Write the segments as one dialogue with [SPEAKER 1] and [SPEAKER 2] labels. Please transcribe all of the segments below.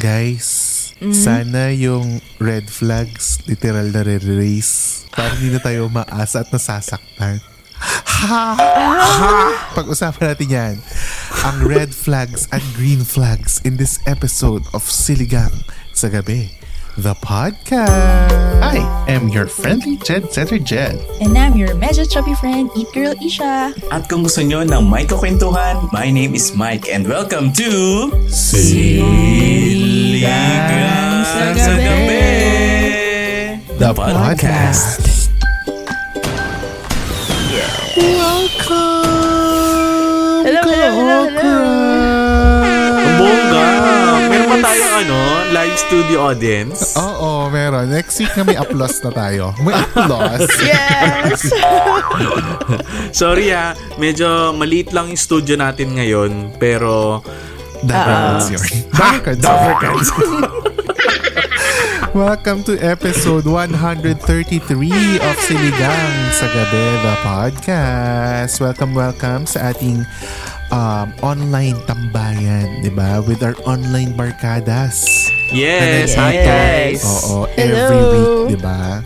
[SPEAKER 1] Guys, sana yung red flags literal na re-raise. Para hindi na tayo umaasa at nasasaktan. Ha! Ha! Pag-usapan natin yan. Ang red flags and green flags in this episode of Siligang sa Gabi, the podcast.
[SPEAKER 2] I am your friendly Jed Setter Jed.
[SPEAKER 3] And I'm your medyo chubby friend, Eat Girl Isha.
[SPEAKER 4] At kung gusto nyo ng may kakwentuhan, my name is Mike and welcome to... Siligang
[SPEAKER 3] sa Gabi.
[SPEAKER 4] The Podcast.
[SPEAKER 3] Hello, hello, hello, hello.
[SPEAKER 4] Ang bongga! Meron pa tayong ano, live studio audience.
[SPEAKER 1] Oo, meron. Next week na may applause na tayo. May applause.
[SPEAKER 3] Yes!
[SPEAKER 4] Sorry ha, medyo maliit lang yung studio natin ngayon, pero...
[SPEAKER 1] Dapat yun. Dapat Welcome to episode 133 of Siligang sa Gabi, the podcast. Welcome, welcome sa ating um, online tambayan, di ba? With our online barkadas.
[SPEAKER 4] Yes,
[SPEAKER 1] Na
[SPEAKER 4] hi
[SPEAKER 1] nag-gather.
[SPEAKER 4] guys!
[SPEAKER 1] Oo, every
[SPEAKER 3] Hello.
[SPEAKER 1] week, di ba?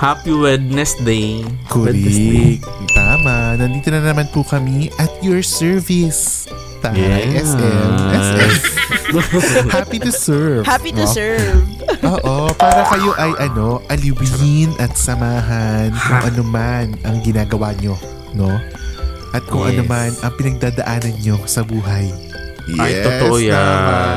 [SPEAKER 4] Happy Wednesday!
[SPEAKER 1] Kulik. Tama. Nandito na naman po kami at your service. Tay,
[SPEAKER 4] Yeah.
[SPEAKER 1] SM. SS. Happy to serve.
[SPEAKER 3] Happy to
[SPEAKER 1] No?
[SPEAKER 3] serve.
[SPEAKER 1] Oo, para kayo ay ano, aliwin at samahan kung ano man ang ginagawa nyo, no? At kung ano
[SPEAKER 4] Yes.
[SPEAKER 1] man ang pinagdadaanan nyo sa buhay.
[SPEAKER 4] Ay, totoo yan.
[SPEAKER 1] naman.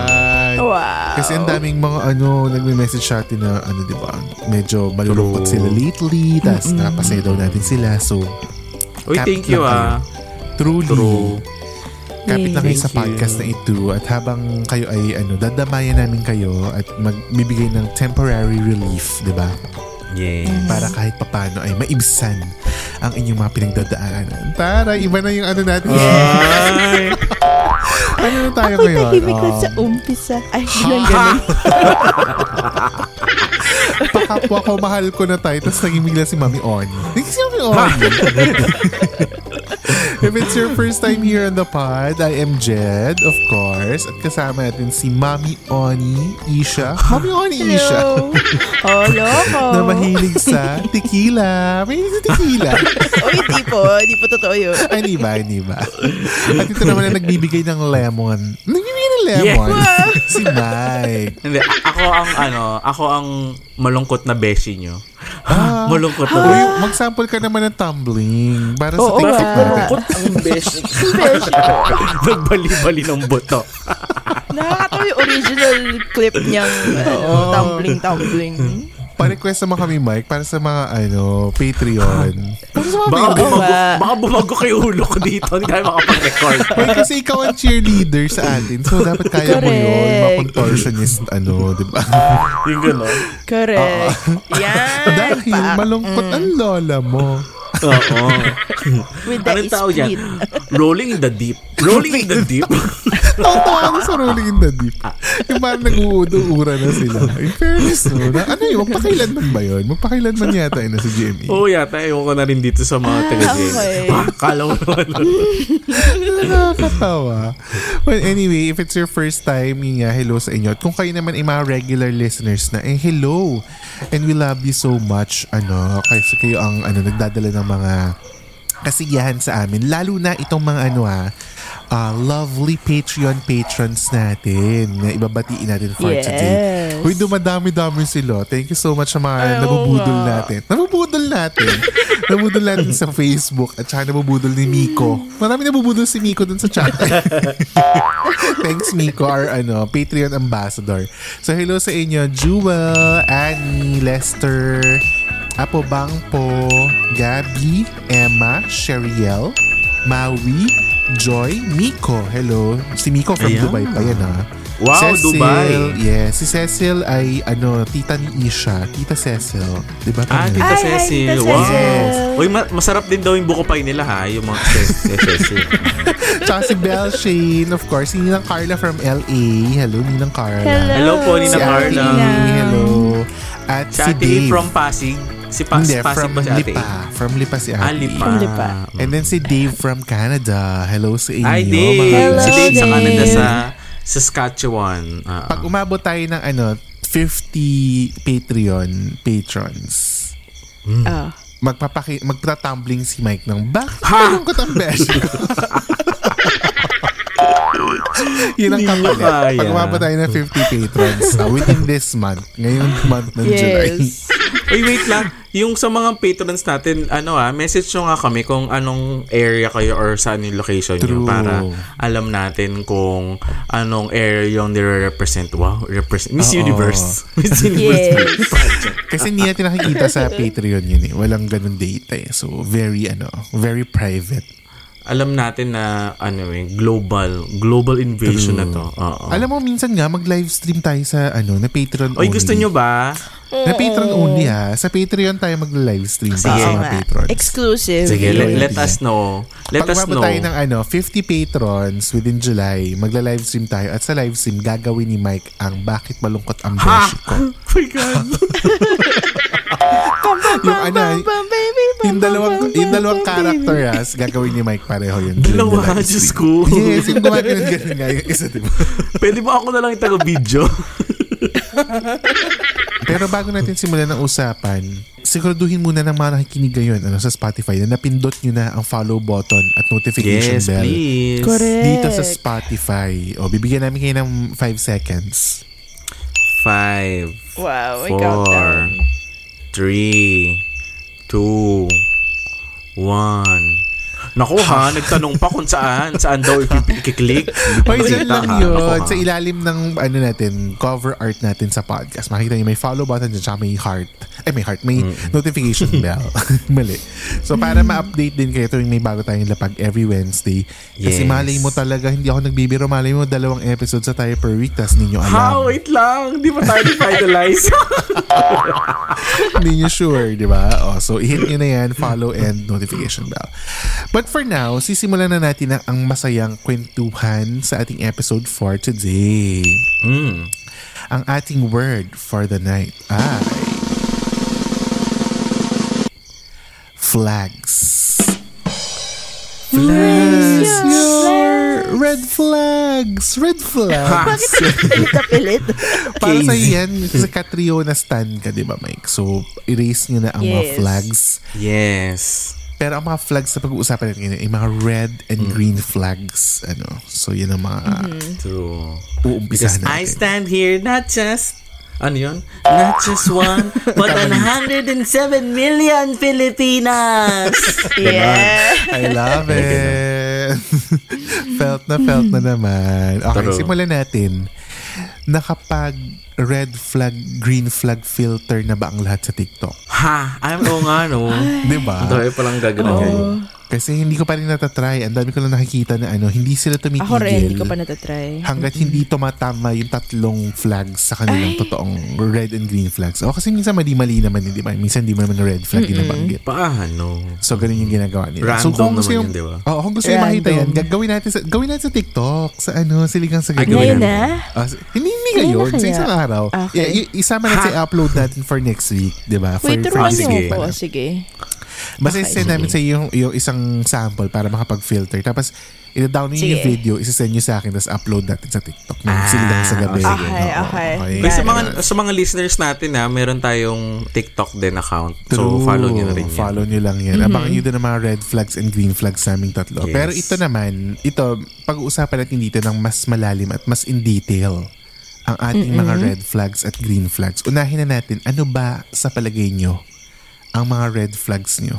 [SPEAKER 3] Wow.
[SPEAKER 1] Kasi ang daming mga ano, nagme-message sa atin na ano, di ba? Medyo malulungkot
[SPEAKER 4] True.
[SPEAKER 1] sila lately, tapos napasaya daw natin sila. So,
[SPEAKER 4] Uy,
[SPEAKER 1] Cap
[SPEAKER 4] thank you
[SPEAKER 1] lang
[SPEAKER 4] ah.
[SPEAKER 1] truly,
[SPEAKER 4] True.
[SPEAKER 1] kapit lang kayo
[SPEAKER 4] Thank
[SPEAKER 1] sa podcast na
[SPEAKER 4] you.
[SPEAKER 1] ito at habang kayo ay ano, dadamayan namin kayo at magbibigay ng temporary relief, di ba?
[SPEAKER 4] Yes.
[SPEAKER 1] para kahit papano ay maibsan ang inyong mga pinagdadaanan. Tara, iba na yung ano natin.
[SPEAKER 4] Ah. Ay,
[SPEAKER 1] ano na tayo
[SPEAKER 3] Ako'y
[SPEAKER 1] ngayon?
[SPEAKER 3] tahimik lang
[SPEAKER 1] Oh,
[SPEAKER 3] sa umpisa. Ay, ganun, ganun.
[SPEAKER 1] pakapwa ko, mahal ko na tayo. Tapos naging bigla si Mami On. Naging si Mami On. If it's your first time here on the pod, I am Jed, of course. At kasama natin si Mami Oni Isha. Mami Oni Isha.
[SPEAKER 3] Hello. Oh, loko.
[SPEAKER 1] Na mahilig sa tequila. Mahilig sa tequila.
[SPEAKER 3] Uy, di po. Di po totoo yun.
[SPEAKER 1] Ay, di ba? Di ba? At ito naman ang nagbibigay ng lemon. Nagbibigay ng lemon? si Mike.
[SPEAKER 4] Hindi, a- ako ang ano, ako ang malungkot na beshi nyo. malungkot na
[SPEAKER 1] Uy,
[SPEAKER 4] beshi.
[SPEAKER 1] mag-sample ka naman ng tumbling para sa
[SPEAKER 3] Oo
[SPEAKER 1] TikTok
[SPEAKER 3] nga.
[SPEAKER 1] natin.
[SPEAKER 4] ang beshi. Nagbali-bali ng buto.
[SPEAKER 3] Nakakatawa yung original clip niyang ano, tumbling, tumbling.
[SPEAKER 1] Pa-request naman kami, Mike, para sa mga ano Patreon. Para sa mga
[SPEAKER 4] Baka
[SPEAKER 1] Patreon.
[SPEAKER 4] bumago,
[SPEAKER 3] ba?
[SPEAKER 4] baka bumago kay ulo ko dito. Hindi tayo makapag-record.
[SPEAKER 1] Uy, kasi ikaw ang cheerleader sa atin. So, dapat kaya mo yun.
[SPEAKER 3] Correct.
[SPEAKER 1] Mga contortionist, ano, di ba?
[SPEAKER 4] Yung gano'n.
[SPEAKER 3] Correct. Yan.
[SPEAKER 1] Dahil
[SPEAKER 3] Fact.
[SPEAKER 1] malungkot ang lola mo.
[SPEAKER 4] Oo.
[SPEAKER 3] With the
[SPEAKER 4] Anong tawag yan?
[SPEAKER 3] split.
[SPEAKER 4] Rolling in the deep. Rolling in the deep.
[SPEAKER 1] Totoo ako sa rolling in the deep. Yung parang nag-uudo-ura na sila. In fairness, no? Na, ano yun? Magpakailanman ba yun? Magpakailanman yata yun na sa GMA.
[SPEAKER 4] Oo yata, ewan ko na rin dito sa mga taga-J.
[SPEAKER 3] Ah, okay.
[SPEAKER 4] Akala mo naman.
[SPEAKER 1] Nakakatawa. Well, anyway, if it's your first time, yun nga, hello sa inyo. At kung kayo naman ay mga regular listeners na, eh, hello! And we love you so much, ano, kasi kayo ang, ano, nagdadala ng mga kasiyahan sa amin. Lalo na itong mga, ano, ha, ah, lovely Patreon patrons natin na ibabatiin natin for
[SPEAKER 3] Yes.
[SPEAKER 1] today. Uy, dumadami-dami sila. Thank you so much sa mga nabubudol natin. Nabubudol natin. nabubudol natin sa Facebook at saka nabubudol ni Miko. Marami nabubudol si Miko dun sa chat. Thanks Miko, our ano, Patreon ambassador. So hello sa inyo, Jewel, Annie, Lester, Apo Bangpo, Gabby, Emma, Sheriel, Maui, Joy Miko. Hello. Si Miko from
[SPEAKER 4] Ayan.
[SPEAKER 1] Dubai pa yan ha.
[SPEAKER 4] Wow, Dubai.
[SPEAKER 1] Yeah, si Cecil ay ano, tita ni Isha. Tita Cecil. Di ba?
[SPEAKER 4] Ah,
[SPEAKER 1] pangalan?
[SPEAKER 4] Tita
[SPEAKER 3] Ay, hi,
[SPEAKER 4] Cecil.
[SPEAKER 3] Tita
[SPEAKER 4] wow.
[SPEAKER 3] Cecil.
[SPEAKER 4] Uy, ma- masarap din daw yung buko pie nila ha, yung mga Ces- eh, Cecil.
[SPEAKER 1] Tsaka si Belle Shane, of course. Si Ninang Carla from LA. Hello, Ninang Carla.
[SPEAKER 3] Hello.
[SPEAKER 4] Hello po, Nina
[SPEAKER 1] Si Ate
[SPEAKER 4] Carla.
[SPEAKER 1] Lee, Hello. At
[SPEAKER 4] Si
[SPEAKER 1] si,
[SPEAKER 4] Ate Lee
[SPEAKER 1] Dave.
[SPEAKER 4] from Pasig. Si pa-
[SPEAKER 1] Hindi,
[SPEAKER 4] Pasig
[SPEAKER 1] from
[SPEAKER 4] ba si Ate?
[SPEAKER 1] Lipa. From Lipa si Ate.
[SPEAKER 4] Ah, Lipa.
[SPEAKER 3] From Lipa.
[SPEAKER 1] And then si Dave from Canada. Hello sa inyo.
[SPEAKER 4] Ay,
[SPEAKER 1] mga
[SPEAKER 4] Dave.
[SPEAKER 3] Hello,
[SPEAKER 4] si Dave sa
[SPEAKER 3] Dave.
[SPEAKER 4] Canada sa Saskatchewan. Ah,
[SPEAKER 1] Pag umabot tayo ng ano, 50 Patreon patrons,
[SPEAKER 4] Hmm.
[SPEAKER 3] Ah.
[SPEAKER 1] magpapaki magtatumbling si Mike ng bakit
[SPEAKER 4] Ha?
[SPEAKER 1] ha? ko ang besh yun ang
[SPEAKER 4] Hindi niya
[SPEAKER 1] kapalit
[SPEAKER 4] kaya.
[SPEAKER 1] pag umabot tayo ng 50 patrons uh, within this month ngayong month ng July
[SPEAKER 3] Yes.
[SPEAKER 4] Uy, wait lang. Yung sa mga patrons natin, ano ah, message nyo nga kami kung anong area kayo or saan yung location nyo
[SPEAKER 1] True.
[SPEAKER 4] para alam natin kung anong area yung nire-represent. Wow, represent. Miss
[SPEAKER 1] Oo.
[SPEAKER 4] Universe. Miss Universe.
[SPEAKER 3] Yes.
[SPEAKER 1] kasi hindi natin nakikita sa Patreon yun eh walang ganun data eh so very ano very private
[SPEAKER 4] Alam natin na, ano eh, global. Global invasion na to. Oo.
[SPEAKER 1] alam mo minsan nga mag livestream tayo sa ano na Patreon
[SPEAKER 4] Uy,
[SPEAKER 1] only
[SPEAKER 4] gusto nyo ba?
[SPEAKER 1] na Patreon only ha sa Patreon tayo mag livestream sa
[SPEAKER 3] Oo
[SPEAKER 1] Ah, mga
[SPEAKER 3] nga.
[SPEAKER 1] patrons
[SPEAKER 3] Exclusive.
[SPEAKER 1] Sige,
[SPEAKER 4] Sige, let, let
[SPEAKER 1] sige.
[SPEAKER 4] us know.
[SPEAKER 1] Pag
[SPEAKER 4] Let us
[SPEAKER 1] umabot
[SPEAKER 4] know.
[SPEAKER 1] tayo ng ano, 50 patrons within July, magla-livestream tayo at sa livestream gagawin ni Mike ang bakit malungkot ang
[SPEAKER 4] Ha?
[SPEAKER 1] beshi ko.
[SPEAKER 4] Oh my God.
[SPEAKER 1] Yung ano,
[SPEAKER 3] Bam, baby, bam,
[SPEAKER 1] yung
[SPEAKER 3] bam,
[SPEAKER 1] dalawang
[SPEAKER 3] bam,
[SPEAKER 1] yung
[SPEAKER 3] bam,
[SPEAKER 1] dalawang
[SPEAKER 3] bam,
[SPEAKER 1] character as gagawin ni Mike pareho yun.
[SPEAKER 4] Dalawa,
[SPEAKER 1] During the
[SPEAKER 4] Diyos
[SPEAKER 1] livestream.
[SPEAKER 4] ko.
[SPEAKER 1] Yes, yung gumagano'n ganun nga yung isa, diba?
[SPEAKER 4] Pwede ba ako na lang itago video?
[SPEAKER 1] Pero bago natin simulan ang usapan, siguraduhin muna ng mga nakikinig ngayon ano, sa Spotify na napindot nyo na ang follow button at notification
[SPEAKER 4] yes,
[SPEAKER 1] bell.
[SPEAKER 4] please.
[SPEAKER 3] Correct.
[SPEAKER 1] Dito sa Spotify. O, bibigyan namin kayo ng 5 seconds.
[SPEAKER 4] Five,
[SPEAKER 3] Wow, may
[SPEAKER 4] four,
[SPEAKER 3] countdown.
[SPEAKER 4] three, two, one. Naku ha, nagtanong pa kung saan, saan daw ipi- ikiklik. Hindi ko
[SPEAKER 1] Hoy,
[SPEAKER 4] nakita,
[SPEAKER 1] dyan lang
[SPEAKER 4] ha.
[SPEAKER 1] yun.
[SPEAKER 4] Naku, ha.
[SPEAKER 1] Sa ilalim ng ano natin, cover art natin sa podcast. Makikita niyo may follow button dyan, tsaka may heart. Ay, may heart. May notification bell. Mali. So, para ma-update din kayo tuwing may bago tayong lapag every Wednesday. Kasi
[SPEAKER 4] Yes.
[SPEAKER 1] malay mo talaga, hindi ako nagbibiro. Malay mo, dalawang episode sa tayo per week. Tapos ninyo
[SPEAKER 4] Ha,
[SPEAKER 1] alam.
[SPEAKER 4] wait lang. Di ba tayo finalize?
[SPEAKER 1] Hindi nyo sure, di ba? O, so, hit nyo na yan. Follow and notification bell. But for now, sisimulan na natin ang, ang masayang kwentuhan sa ating episode for today.
[SPEAKER 4] mm.
[SPEAKER 1] ang ating word for the night ay flags. Flags. your Red flags. Red flags.
[SPEAKER 3] Pilit.
[SPEAKER 1] Para sa
[SPEAKER 4] Casey.
[SPEAKER 1] yan, sa Catriona stand ka, di ba, Mike? So, erase nyo na ang mga
[SPEAKER 3] Yes.
[SPEAKER 1] flags.
[SPEAKER 4] Yes.
[SPEAKER 1] Pero ang mga flags na pag-uusapan natin ngayon, ay mga red and
[SPEAKER 4] Mm.
[SPEAKER 1] green flags. ano So, yun ang mga
[SPEAKER 3] Mm-hmm.
[SPEAKER 4] True.
[SPEAKER 1] uumpisahan
[SPEAKER 4] Because
[SPEAKER 1] natin.
[SPEAKER 4] I stand here not just ano yun? Not just one, but 107 million Filipinas!
[SPEAKER 3] Yeah.
[SPEAKER 1] I love it. felt na felt na naman. Okay,
[SPEAKER 4] True.
[SPEAKER 1] simulan natin. Nakapag red flag, green flag filter na ba ang lahat sa TikTok?
[SPEAKER 4] Ha? Ay, oo nga, no?
[SPEAKER 1] Di ba?
[SPEAKER 4] Ang dami palang gagawin ngayon.
[SPEAKER 1] Kasi hindi ko pa rin natatry. Ang dami ko lang nakikita na ano, hindi sila tumitigil.
[SPEAKER 3] Ako rin, hindi ko pa natatry.
[SPEAKER 1] hanggat hindi tumatama yung tatlong flags sa kanilang totoong red and green flags. O kasi minsan mali-mali naman, hindi ba? Minsan hindi mo naman red flag ginabanggit.
[SPEAKER 4] Paano?
[SPEAKER 1] So, ganun yung ginagawa nila.
[SPEAKER 4] Random
[SPEAKER 1] so,
[SPEAKER 4] naman
[SPEAKER 1] gusto yung-
[SPEAKER 4] yun, di ba?
[SPEAKER 1] Oo, kung gusto yung makita yan,
[SPEAKER 3] Random.
[SPEAKER 1] gagawin natin sa, gawin natin sa TikTok, sa ano, siligang sa
[SPEAKER 4] Ay,
[SPEAKER 1] gagawin
[SPEAKER 3] ngayon
[SPEAKER 1] natin.
[SPEAKER 3] na?
[SPEAKER 1] Ah, si- hindi, hindi
[SPEAKER 3] Ngayon
[SPEAKER 1] ngayon.
[SPEAKER 3] na
[SPEAKER 1] Sa
[SPEAKER 3] kaya?
[SPEAKER 1] isang araw.
[SPEAKER 3] Okay.
[SPEAKER 1] Yeah, i- isama natin sa upload natin for next week, di ba? For,
[SPEAKER 3] Wait,
[SPEAKER 1] for
[SPEAKER 3] turuan
[SPEAKER 1] this
[SPEAKER 3] niyo
[SPEAKER 4] sige.
[SPEAKER 1] week
[SPEAKER 3] ako.
[SPEAKER 1] pala.
[SPEAKER 3] Sige.
[SPEAKER 1] Basta
[SPEAKER 3] Okay,
[SPEAKER 1] send namin sa iyo yung, yung isang sample para makapag-filter. Tapos, ida-down niyo yung
[SPEAKER 3] Sige.
[SPEAKER 1] video, isasend niyo sa akin, tapos upload natin sa TikTok. Ng
[SPEAKER 4] Ah,
[SPEAKER 1] siligang sa gabi.
[SPEAKER 4] okay.
[SPEAKER 3] Okay,
[SPEAKER 1] Oo,
[SPEAKER 3] okay.
[SPEAKER 4] Uy, sa
[SPEAKER 3] Yeah.
[SPEAKER 4] mga sa mga listeners natin ha, meron tayong TikTok din account. So
[SPEAKER 1] True.
[SPEAKER 4] follow niyo na rin yan.
[SPEAKER 1] Follow nyo lang yan.
[SPEAKER 4] Mm-hmm.
[SPEAKER 1] Abangan nyo din ang mga red flags and green flags naming tatlo.
[SPEAKER 4] Yes.
[SPEAKER 1] Pero ito naman, ito, pag-uusapan natin dito ng mas malalim at mas in detail ang ating mga red flags at green flags. Unahin na natin, ano ba sa palagay nyo ang mga red flags nyo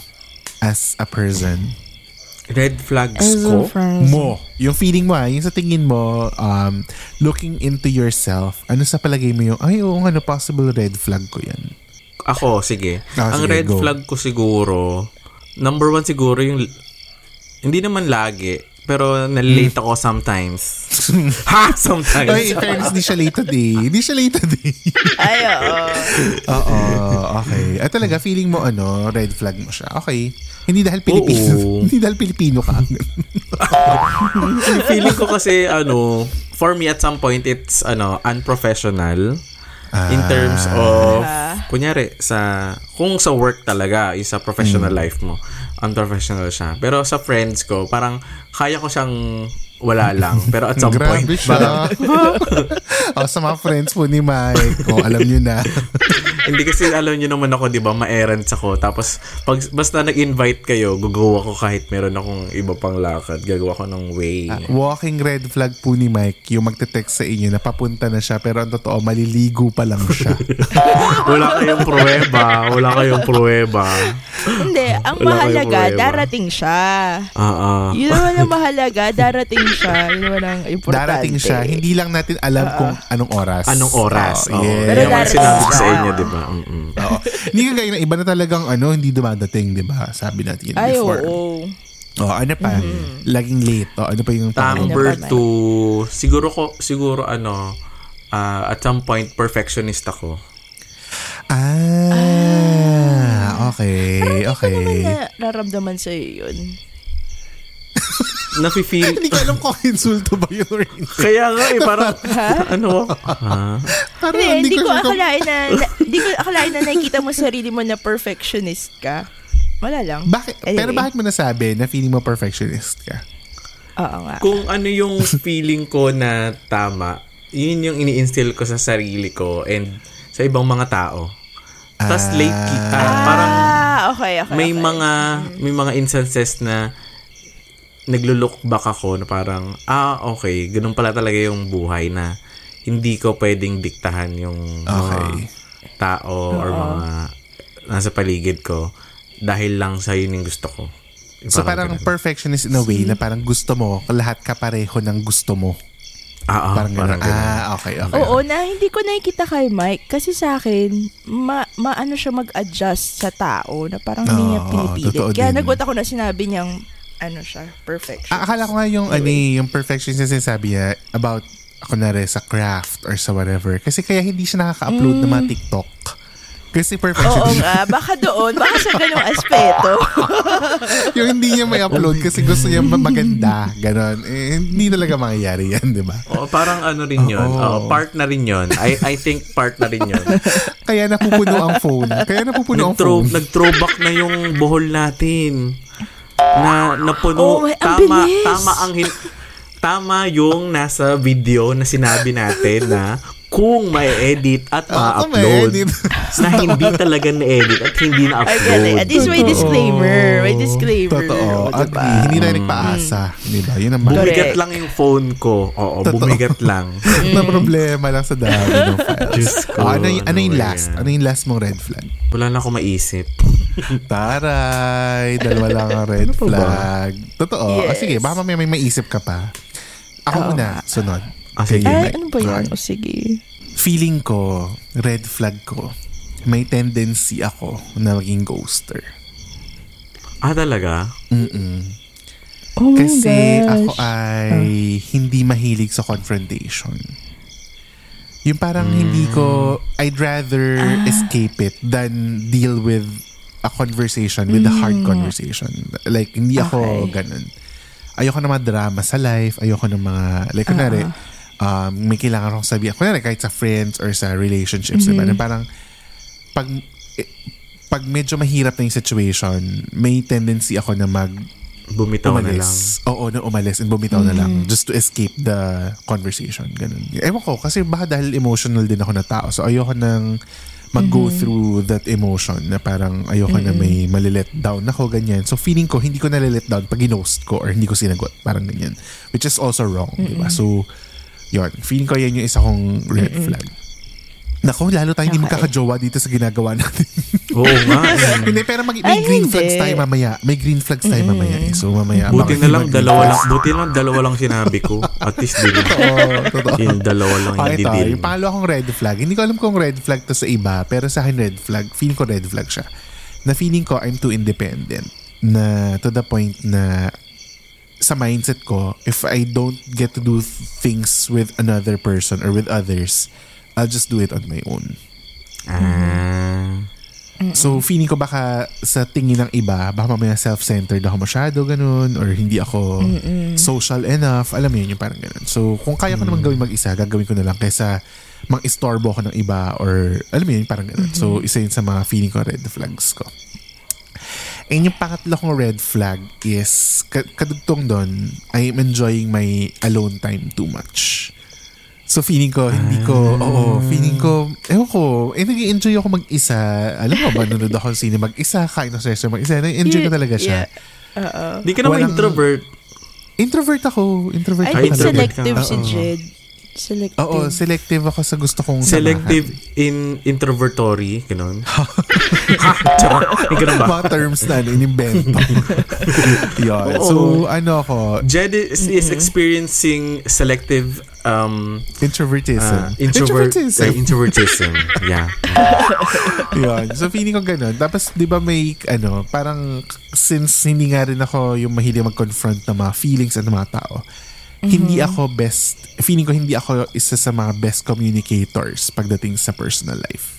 [SPEAKER 1] as a person?
[SPEAKER 4] Red flags ko.
[SPEAKER 1] Mo, yung feeling mo ah, yung sa tingin mo, um, looking into yourself, ano sa palagay mo yung, ay oo ano, possible red flag ko yan.
[SPEAKER 4] Ako, sige.
[SPEAKER 1] Ah,
[SPEAKER 4] Ang
[SPEAKER 1] sige,
[SPEAKER 4] red
[SPEAKER 1] go.
[SPEAKER 4] flag ko siguro, number one siguro yung, hindi naman lagi, pero nalilate ako sometimes. ha? Sometimes.
[SPEAKER 1] Ay, in fairness, di siya late today. Di siya late today.
[SPEAKER 3] Ay, oo.
[SPEAKER 1] Oo, okay. At talaga, feeling mo, ano, red flag mo siya. Okay. Hindi dahil
[SPEAKER 4] Oo.
[SPEAKER 1] Pilipino. hindi dahil Pilipino ka.
[SPEAKER 4] feeling ko kasi ano, for me at some point it's ano, unprofessional in terms
[SPEAKER 1] Ah.
[SPEAKER 4] of kunyari sa kung sa work talaga, yung sa professional
[SPEAKER 1] Hmm.
[SPEAKER 4] life mo, unprofessional siya. Pero sa friends ko, parang kaya ko siyang wala lang. Pero at some point,
[SPEAKER 1] Grabe
[SPEAKER 4] parang,
[SPEAKER 1] siya. oh, sa mga friends po ni Mike, oh, alam nyo na.
[SPEAKER 4] hindi kasi alam niyo naman ako, 'di ba, ma-errands ako. Tapos pag basta nag-invite kayo, gugawa ko kahit meron akong iba pang lakad, gagawa ko ng way.
[SPEAKER 1] Walking red flag po ni Mike, yung magte-text sa inyo na papunta na siya pero ang totoo, maliligo pa lang siya.
[SPEAKER 4] Wala kayong pruweba, wala kayong pruweba.
[SPEAKER 3] Hindi, ang
[SPEAKER 4] Wala kayong
[SPEAKER 3] mahalaga,
[SPEAKER 4] problema.
[SPEAKER 3] darating siya.
[SPEAKER 4] Ah, ah.
[SPEAKER 3] Yun naman ang mahalaga, darating siya. Yun naman ang importante. Ah,
[SPEAKER 1] Darating siya, hindi lang natin alam kung anong oras.
[SPEAKER 4] Anong oras?
[SPEAKER 1] Oh,
[SPEAKER 4] Oo.
[SPEAKER 1] yes.
[SPEAKER 3] Pero
[SPEAKER 4] Yung mga
[SPEAKER 3] darating
[SPEAKER 4] sinabi ko
[SPEAKER 3] siya.
[SPEAKER 4] sa inyo, di ba? Mm, Mm-mm.
[SPEAKER 1] Oo. Hindi ka gaya ng iba na talagang ano, hindi dumadating, di ba? Sabi natin yun
[SPEAKER 3] Ay, oo. Mm-hmm.
[SPEAKER 1] before. Oh, ano pa? Laging late. Oh, ano pa yung
[SPEAKER 4] Number
[SPEAKER 3] Ano pa ba?
[SPEAKER 4] two, siguro ko, siguro ano, ah, at some point, perfectionist ako.
[SPEAKER 1] Ah, okay.
[SPEAKER 3] Ano naman
[SPEAKER 1] Okay.
[SPEAKER 3] na nararamdaman sa'yo yun?
[SPEAKER 4] Nafe-feel,
[SPEAKER 1] Hindi ko alam kung insulto ba yun or hindi.
[SPEAKER 4] kaya nga eh, parang, ano, ha?
[SPEAKER 1] Parang
[SPEAKER 3] Hindi, hindi ko
[SPEAKER 1] sure kung-
[SPEAKER 3] akalain na, na- hindi ko akalain na nakikita mo sarili mo na perfectionist ka. Wala lang.
[SPEAKER 1] Bakit? Pero
[SPEAKER 3] Anyway.
[SPEAKER 1] bakit mo nasabi na feeling mo perfectionist ka?
[SPEAKER 3] Oo nga.
[SPEAKER 4] kung ano yung feeling ko na tama, yun yung ini-instill ko sa sarili ko and sa ibang mga tao. Tapos late, ki- ah, parang,
[SPEAKER 3] Ah, okay, okay.
[SPEAKER 4] may
[SPEAKER 3] okay.
[SPEAKER 4] mga may mga instances na naglo-look back ako na parang ah okay, ganun pala talaga yung buhay na hindi ko pwedeng diktahan yung
[SPEAKER 1] Okay.
[SPEAKER 4] mga tao or mga nasa paligid ko dahil lang sa yun yung gusto ko. Yung
[SPEAKER 1] So parang
[SPEAKER 4] ganun.
[SPEAKER 1] perfectionist in a way na parang gusto mo, lahat kapareho ng gusto mo.
[SPEAKER 4] ah, ah,
[SPEAKER 1] Parang ganun.
[SPEAKER 4] parang ganun.
[SPEAKER 1] Ah, okay, okay.
[SPEAKER 3] Oo, na hindi ko nakikita kay Mike kasi sa akin, ma, maano siya mag-adjust sa tao na parang hindi niya
[SPEAKER 1] Oo,
[SPEAKER 3] pinipilit.
[SPEAKER 1] Ah, totoo
[SPEAKER 3] Kaya
[SPEAKER 1] din.
[SPEAKER 3] nagot ako na sinabi niyang ano siya, perfection.
[SPEAKER 1] Ah, akala ko nga yung, ano, eh, yung perfectionist na sinasabi niya about, kunwari, sa craft or sa whatever. Kasi kaya hindi siya nakaka-upload ng mga TikTok. Kasi
[SPEAKER 3] Mm. Oo
[SPEAKER 1] perfectionist.
[SPEAKER 3] nga, baka doon, baka sa ganung aspeto.
[SPEAKER 1] yung hindi niya may upload kasi gusto niya ma- maganda. Ganon. Eh, hindi talaga mangyayari yan, di ba?
[SPEAKER 4] Oo, parang ano rin yun. Oo, part na rin yun. I, I think part na rin yun.
[SPEAKER 1] Kaya napupuno ang phone. Kaya napupuno ang
[SPEAKER 4] Nag-throw,
[SPEAKER 1] phone.
[SPEAKER 4] nag-throwback na yung buhol natin. Na napuno.
[SPEAKER 3] Oh, ang
[SPEAKER 4] tama,
[SPEAKER 3] bilis.
[SPEAKER 4] tama ang hin- tama yung nasa video na sinabi natin na kung may edit at
[SPEAKER 1] Ah, kung
[SPEAKER 4] ma-upload
[SPEAKER 1] may edit.
[SPEAKER 4] na hindi talaga na-edit at hindi
[SPEAKER 3] Ay, galing. At
[SPEAKER 4] na-upload.
[SPEAKER 3] least may disclaimer. May disclaimer.
[SPEAKER 1] Totoo.
[SPEAKER 3] O, diba?
[SPEAKER 1] Agree. Hindi tayo nagpaasa. Di ba? Yun ang mga
[SPEAKER 4] Bumigat lang yung phone ko. Oo,
[SPEAKER 1] Totoo.
[SPEAKER 4] bumigat lang.
[SPEAKER 1] na problema lang sa dami ng files.
[SPEAKER 4] Diyos ko,
[SPEAKER 1] Oh, ano, y- ano yung
[SPEAKER 4] ano
[SPEAKER 1] last?
[SPEAKER 4] yan?
[SPEAKER 1] Ano yung last mong red flag?
[SPEAKER 4] Wala na ako maisip.
[SPEAKER 1] Taray, dalawa lang ang red flag. Totoo. O,
[SPEAKER 3] Yes.
[SPEAKER 1] sige, baka mamaya may maisip ka pa. Ako muna, sunod.
[SPEAKER 4] Ah, sige.
[SPEAKER 1] Kay
[SPEAKER 3] Ay,
[SPEAKER 1] Mike.
[SPEAKER 3] ano ba yun?
[SPEAKER 1] Alright.
[SPEAKER 3] O, sige.
[SPEAKER 1] Feeling ko, red flag ko, may tendency ako na maging ghoster.
[SPEAKER 4] Ah, talaga?
[SPEAKER 3] Oh my
[SPEAKER 1] Kasi
[SPEAKER 3] gosh. Ah.
[SPEAKER 1] ako ay hindi mahilig sa confrontation. Yung parang
[SPEAKER 3] Hmm.
[SPEAKER 1] hindi ko, I'd rather
[SPEAKER 3] Ah.
[SPEAKER 1] escape it than deal with a conversation, with a hard conversation. Like, hindi ako
[SPEAKER 3] Hmm. Okay.
[SPEAKER 1] ganun. Ayoko ng mga drama sa life, ayoko ng mga, like, kunwari,
[SPEAKER 3] Ah.
[SPEAKER 1] um, may kailangan akong sabihin. Kunwari, kahit sa friends or sa relationships, diba? Na
[SPEAKER 3] Mm-hmm.
[SPEAKER 1] parang, pag, eh, pag medyo mahirap na yung situation, may tendency ako na mag
[SPEAKER 4] Bumitaw na lang.
[SPEAKER 1] umalis. Oo, na umalis and bumitaw na
[SPEAKER 3] Mm.
[SPEAKER 1] lang just to escape the conversation. Ganun. Ewan ko, kasi baka dahil emotional din ako na tao. So, ayoko nang mag-go
[SPEAKER 3] Mm-hmm.
[SPEAKER 1] through that emotion na parang ayoko na may malilet down ako, ganyan. So, feeling ko, hindi ko nalilet down pag ginost ko or hindi ko sinagot. Parang ganyan. Which is also wrong, di ba? So, yon Feeling ko yan yung isa kong red flag. Nako, lalo tayong hindi
[SPEAKER 3] Okay.
[SPEAKER 1] magkakajowa dito sa ginagawa natin.
[SPEAKER 4] Oo nga. eh.
[SPEAKER 1] hindi, pero mag-
[SPEAKER 3] Mm.
[SPEAKER 1] may
[SPEAKER 3] Ay,
[SPEAKER 1] green
[SPEAKER 3] hindi.
[SPEAKER 1] flags tayo mamaya. May green flags tayo mamaya. Eh. So, mamaya.
[SPEAKER 4] Buti
[SPEAKER 1] baka
[SPEAKER 4] na
[SPEAKER 1] may
[SPEAKER 4] lang
[SPEAKER 1] mag-green
[SPEAKER 4] dalawa lang,
[SPEAKER 1] flags.
[SPEAKER 4] buti na lang dalawa lang sinabi ko. At least di na.
[SPEAKER 1] Oo, totoo.
[SPEAKER 4] Yung dalawa lang
[SPEAKER 1] Ah,
[SPEAKER 4] yung
[SPEAKER 1] ito,
[SPEAKER 4] didil.
[SPEAKER 1] yung pangalawa kong red flag. Hindi ko alam kung red flag to sa iba, pero sa akin red flag, feeling ko red flag siya. Na feeling ko I'm too independent. Na to the point na sa mindset ko, if I don't get to do things with another person or with others, I'll just do it on my own.
[SPEAKER 4] Ah.
[SPEAKER 1] So, feeling ko baka sa tingin ng iba, baka mamaya self-centered ako masyado, ganun, or hindi ako social enough. Alam mo yun, yung parang ganun. So, kung kaya ko naman gawin mag-isa, gagawin ko na lang kaysa mang-istorbo ako ng iba or alam mo yun, parang ganun. So, isa yun sa mga feeling ko red flags ko. And Eh, yung pangatlo kong red flag is, ka- kadugtong doon, I am enjoying my alone time too much. So feeling ko, hindi ko,
[SPEAKER 4] Ah.
[SPEAKER 1] oo, feeling ko, ewan ko, eh nag-enjoy ako mag-isa. Alam mo ba, nanonood ako ng sine mag-isa, kain ng session mag-isa, nag-enjoy ko talaga siya.
[SPEAKER 3] Yeah.
[SPEAKER 4] Hindi ka naman
[SPEAKER 1] Walang-
[SPEAKER 4] introvert.
[SPEAKER 1] Introvert ako, introvert ako
[SPEAKER 3] I
[SPEAKER 4] Ay,
[SPEAKER 3] think
[SPEAKER 1] talaga.
[SPEAKER 4] introvert ka.
[SPEAKER 3] selective si
[SPEAKER 1] Oo.
[SPEAKER 3] Jed. Selective.
[SPEAKER 1] Oo, selective ako sa gusto kong
[SPEAKER 4] Selective in introvertory. Ganun. Ha! Charot. Ay, ganun
[SPEAKER 1] samahan.
[SPEAKER 4] ba?
[SPEAKER 1] Mga terms na ano, inimbento. Yun.
[SPEAKER 4] Oo.
[SPEAKER 1] So, ano ako,
[SPEAKER 4] Jed is, is experiencing selective um,
[SPEAKER 1] introvertism.
[SPEAKER 4] uh, introvert,
[SPEAKER 1] Introvertism.
[SPEAKER 4] uh, introvertism. yeah.
[SPEAKER 1] Yun. So feeling ko ganun. Tapos 'di ba may ano, parang since hindi nga rin ako yung mahilig mag-confront ng mga feelings at ng mga tao. Hindi
[SPEAKER 3] Mm-hmm.
[SPEAKER 1] ako best, feeling ko hindi ako isa sa mga best communicators pagdating sa personal life.